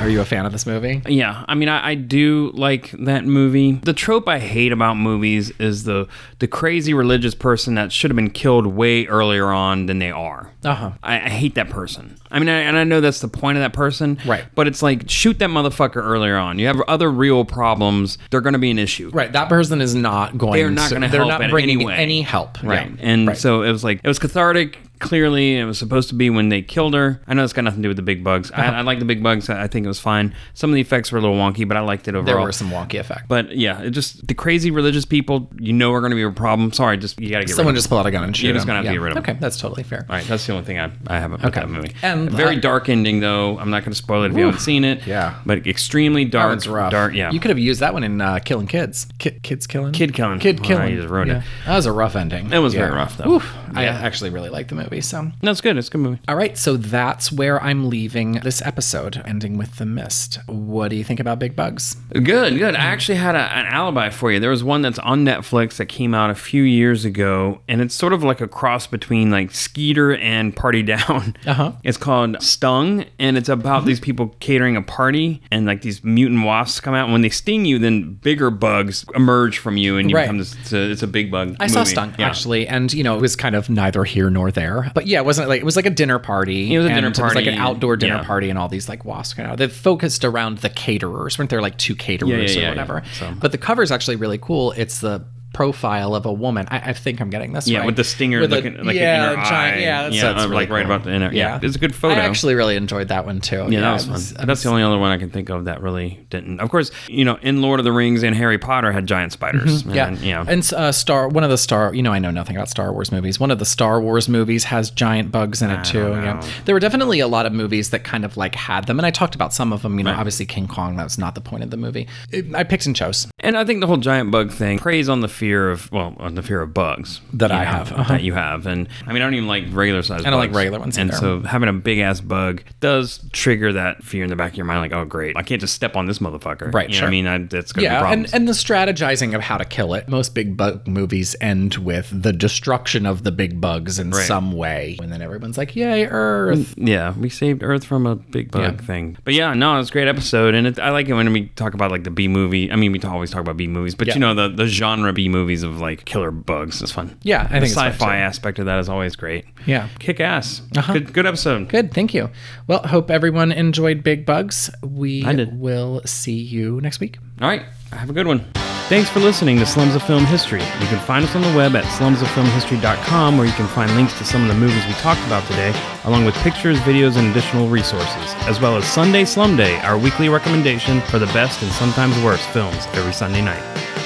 [SPEAKER 1] Are you a fan of this movie?
[SPEAKER 3] Yeah, I mean, I, I do like that movie. The trope I hate about movies is the the crazy religious person that should have been killed way earlier on than they are.
[SPEAKER 1] Uh huh.
[SPEAKER 3] I, I hate that person. I mean, I, and I know that's the point of that person, right? But it's like shoot that motherfucker earlier on. You have other real problems; they're going to be an issue.
[SPEAKER 1] Right. That person is not going.
[SPEAKER 3] They're not
[SPEAKER 1] to-
[SPEAKER 3] going to
[SPEAKER 1] They're
[SPEAKER 3] help
[SPEAKER 1] not
[SPEAKER 3] in
[SPEAKER 1] bringing
[SPEAKER 3] any way.
[SPEAKER 1] any help.
[SPEAKER 3] Right.
[SPEAKER 1] Yeah.
[SPEAKER 3] And
[SPEAKER 1] Right.
[SPEAKER 3] so it was like it was cathartic. Clearly, it was supposed to be when they killed her. I know it's got nothing to do with the big bugs. I,
[SPEAKER 1] Uh-huh.
[SPEAKER 3] I like the big bugs. I I think it was fine. Some of the effects were a little wonky, but I liked it overall.
[SPEAKER 1] there were some wonky effects.
[SPEAKER 3] But yeah, it just the crazy religious people you know are going to be a problem. Sorry, just you got to get
[SPEAKER 1] Someone
[SPEAKER 3] rid of
[SPEAKER 1] just pull out a gun and shoot
[SPEAKER 3] You're just
[SPEAKER 1] him.
[SPEAKER 3] going to have
[SPEAKER 1] Yeah.
[SPEAKER 3] to get rid of
[SPEAKER 1] Okay,
[SPEAKER 3] them.
[SPEAKER 1] that's totally fair.
[SPEAKER 3] All right, that's the only thing I, I have about that movie.
[SPEAKER 1] And
[SPEAKER 3] A very
[SPEAKER 1] the-
[SPEAKER 3] dark ending though. I'm not going to spoil it if you
[SPEAKER 1] Whew.
[SPEAKER 3] haven't seen it. Yeah, but extremely dark.
[SPEAKER 1] one's rough.
[SPEAKER 3] Dark. Yeah,
[SPEAKER 1] You could have used that one in uh, Killing Kids. Ki- kids Killing? Kid
[SPEAKER 3] Killing.
[SPEAKER 1] Kid
[SPEAKER 3] Well, now
[SPEAKER 1] Killing.
[SPEAKER 3] you just wrote it.
[SPEAKER 1] That was a rough ending.
[SPEAKER 3] It was very
[SPEAKER 1] Yeah.
[SPEAKER 3] rough, though.
[SPEAKER 1] Oof. I
[SPEAKER 3] Yeah.
[SPEAKER 1] actually really like the movie, so.
[SPEAKER 3] No, it's good. It's a good movie.
[SPEAKER 1] All right, so that's where I'm leaving this episode, ending with The Mist. What do you think about Big Bugs?
[SPEAKER 3] Good, good. I actually had a, an alibi for you. There was one that's on Netflix that came out a few years ago, and it's sort of like a cross between like Skeeter and Party Down.
[SPEAKER 1] [LAUGHS] Uh-huh. Mm-hmm.
[SPEAKER 3] It's called Stung, and it's about these people catering a party, and like these mutant wasps come out. And when they sting you, then bigger bugs emerge from you, and you
[SPEAKER 1] Right.
[SPEAKER 3] become this. It's a, it's a big bug.
[SPEAKER 1] I saw
[SPEAKER 3] movie.
[SPEAKER 1] Stunk
[SPEAKER 3] Yeah.
[SPEAKER 1] actually, and you know it was kind of neither here nor there. But yeah, it wasn't like it was like a dinner party.
[SPEAKER 3] It was a
[SPEAKER 1] and
[SPEAKER 3] dinner
[SPEAKER 1] It was like
[SPEAKER 3] party,
[SPEAKER 1] an outdoor dinner
[SPEAKER 3] yeah.
[SPEAKER 1] party, and all these like wasps. came out. they focused around the caterers, weren't there? Like two caterers
[SPEAKER 3] Yeah, yeah, yeah,
[SPEAKER 1] or
[SPEAKER 3] yeah.
[SPEAKER 1] whatever.
[SPEAKER 3] So-
[SPEAKER 1] But the cover is actually really cool. It's the profile of a woman. I, I think I'm getting this
[SPEAKER 3] yeah,
[SPEAKER 1] right.
[SPEAKER 3] with the stinger
[SPEAKER 1] With a-
[SPEAKER 3] looking like
[SPEAKER 1] yeah,
[SPEAKER 3] an inner
[SPEAKER 1] a giant-
[SPEAKER 3] eye.
[SPEAKER 1] Yeah, that's,
[SPEAKER 3] yeah,
[SPEAKER 1] that's
[SPEAKER 3] uh,
[SPEAKER 1] really
[SPEAKER 3] like right
[SPEAKER 1] cool.
[SPEAKER 3] about the inner. Yeah. it's a good photo.
[SPEAKER 1] I actually really enjoyed that one too.
[SPEAKER 3] Yeah, that was
[SPEAKER 1] it
[SPEAKER 3] fun. That's the only other one I can think of that really didn't. Of course, you know, in Lord of the Rings and Harry Potter had giant spiders.
[SPEAKER 1] Mm-hmm. Yeah,
[SPEAKER 3] and, you know,
[SPEAKER 1] And uh, Star, one of the Star, you know, I know nothing about Star Wars movies. One of the Star Wars movies has giant bugs in it too.
[SPEAKER 3] don't
[SPEAKER 1] Yeah,
[SPEAKER 3] know.
[SPEAKER 1] there were definitely a lot of movies that kind of like had them, and I talked about some of them. You know,
[SPEAKER 3] Right.
[SPEAKER 1] obviously King Kong. That was not the point of the movie. It- I picked and chose.
[SPEAKER 3] and I think the whole giant bug thing preys on the fear of well, on the fear of bugs
[SPEAKER 1] That
[SPEAKER 3] you
[SPEAKER 1] I
[SPEAKER 3] know,
[SPEAKER 1] have. Uh-huh.
[SPEAKER 3] that you have, and I mean, I don't even like regular size.
[SPEAKER 1] I don't like regular ones
[SPEAKER 3] and
[SPEAKER 1] either.
[SPEAKER 3] so having a big ass bug does trigger that fear in the back of your mind, like, oh great, I can't just step on this motherfucker,
[SPEAKER 1] Right,
[SPEAKER 3] You
[SPEAKER 1] sure.
[SPEAKER 3] know what I mean, I, that's gonna be
[SPEAKER 1] Yeah,
[SPEAKER 3] problems.
[SPEAKER 1] and, and the strategizing of how to kill it. Most big bug movies end with the destruction of the big bugs in
[SPEAKER 3] Right. Mm.
[SPEAKER 1] some way, and then everyone's like, "Yay, Earth!"
[SPEAKER 3] Yeah, we saved Earth from a big bug
[SPEAKER 1] Yeah.
[SPEAKER 3] thing. But yeah, no, it's a great episode, and it, I like it when we talk about like the B movie. I mean, we always talk about B movies, but
[SPEAKER 1] Yeah.
[SPEAKER 3] you know the the genre B movies of like killer bugs is fun.
[SPEAKER 1] Yeah, I
[SPEAKER 3] the
[SPEAKER 1] think it's fun,
[SPEAKER 3] sci-fi
[SPEAKER 1] too.
[SPEAKER 3] aspect of that is always great.
[SPEAKER 1] Yeah. Uh-huh.
[SPEAKER 3] Kick ass. Good, good episode.
[SPEAKER 1] Good, thank you. Well, hope everyone enjoyed Big Bugs. We
[SPEAKER 3] I did.
[SPEAKER 1] will see you next week.
[SPEAKER 3] All right, have a good one. Thanks for listening to Slums of Film History. You can find us on the web at slumsoffilmhistory.com where you can find links to some of the movies we talked about today, along with pictures, videos, and additional resources, as well as Sunday Slum Day, our weekly recommendation for the best and sometimes worst films every Sunday night.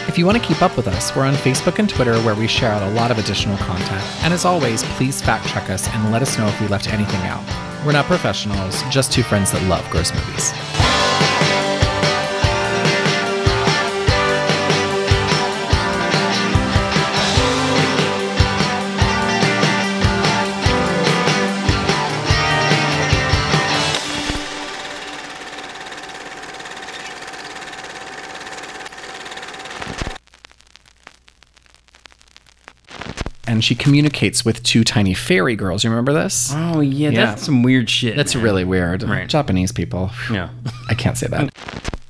[SPEAKER 1] If you want to keep up with us, we're on Facebook and Twitter where we share out a lot of additional content. And as always, please fact check us and let us know if we left anything out. We're not professionals, just two friends that love gross movies. And she communicates with two tiny fairy girls. You remember this?
[SPEAKER 3] Oh, yeah, that's some weird shit.
[SPEAKER 1] That's really weird. Japanese people.
[SPEAKER 3] Yeah. [LAUGHS]
[SPEAKER 1] I can't say that.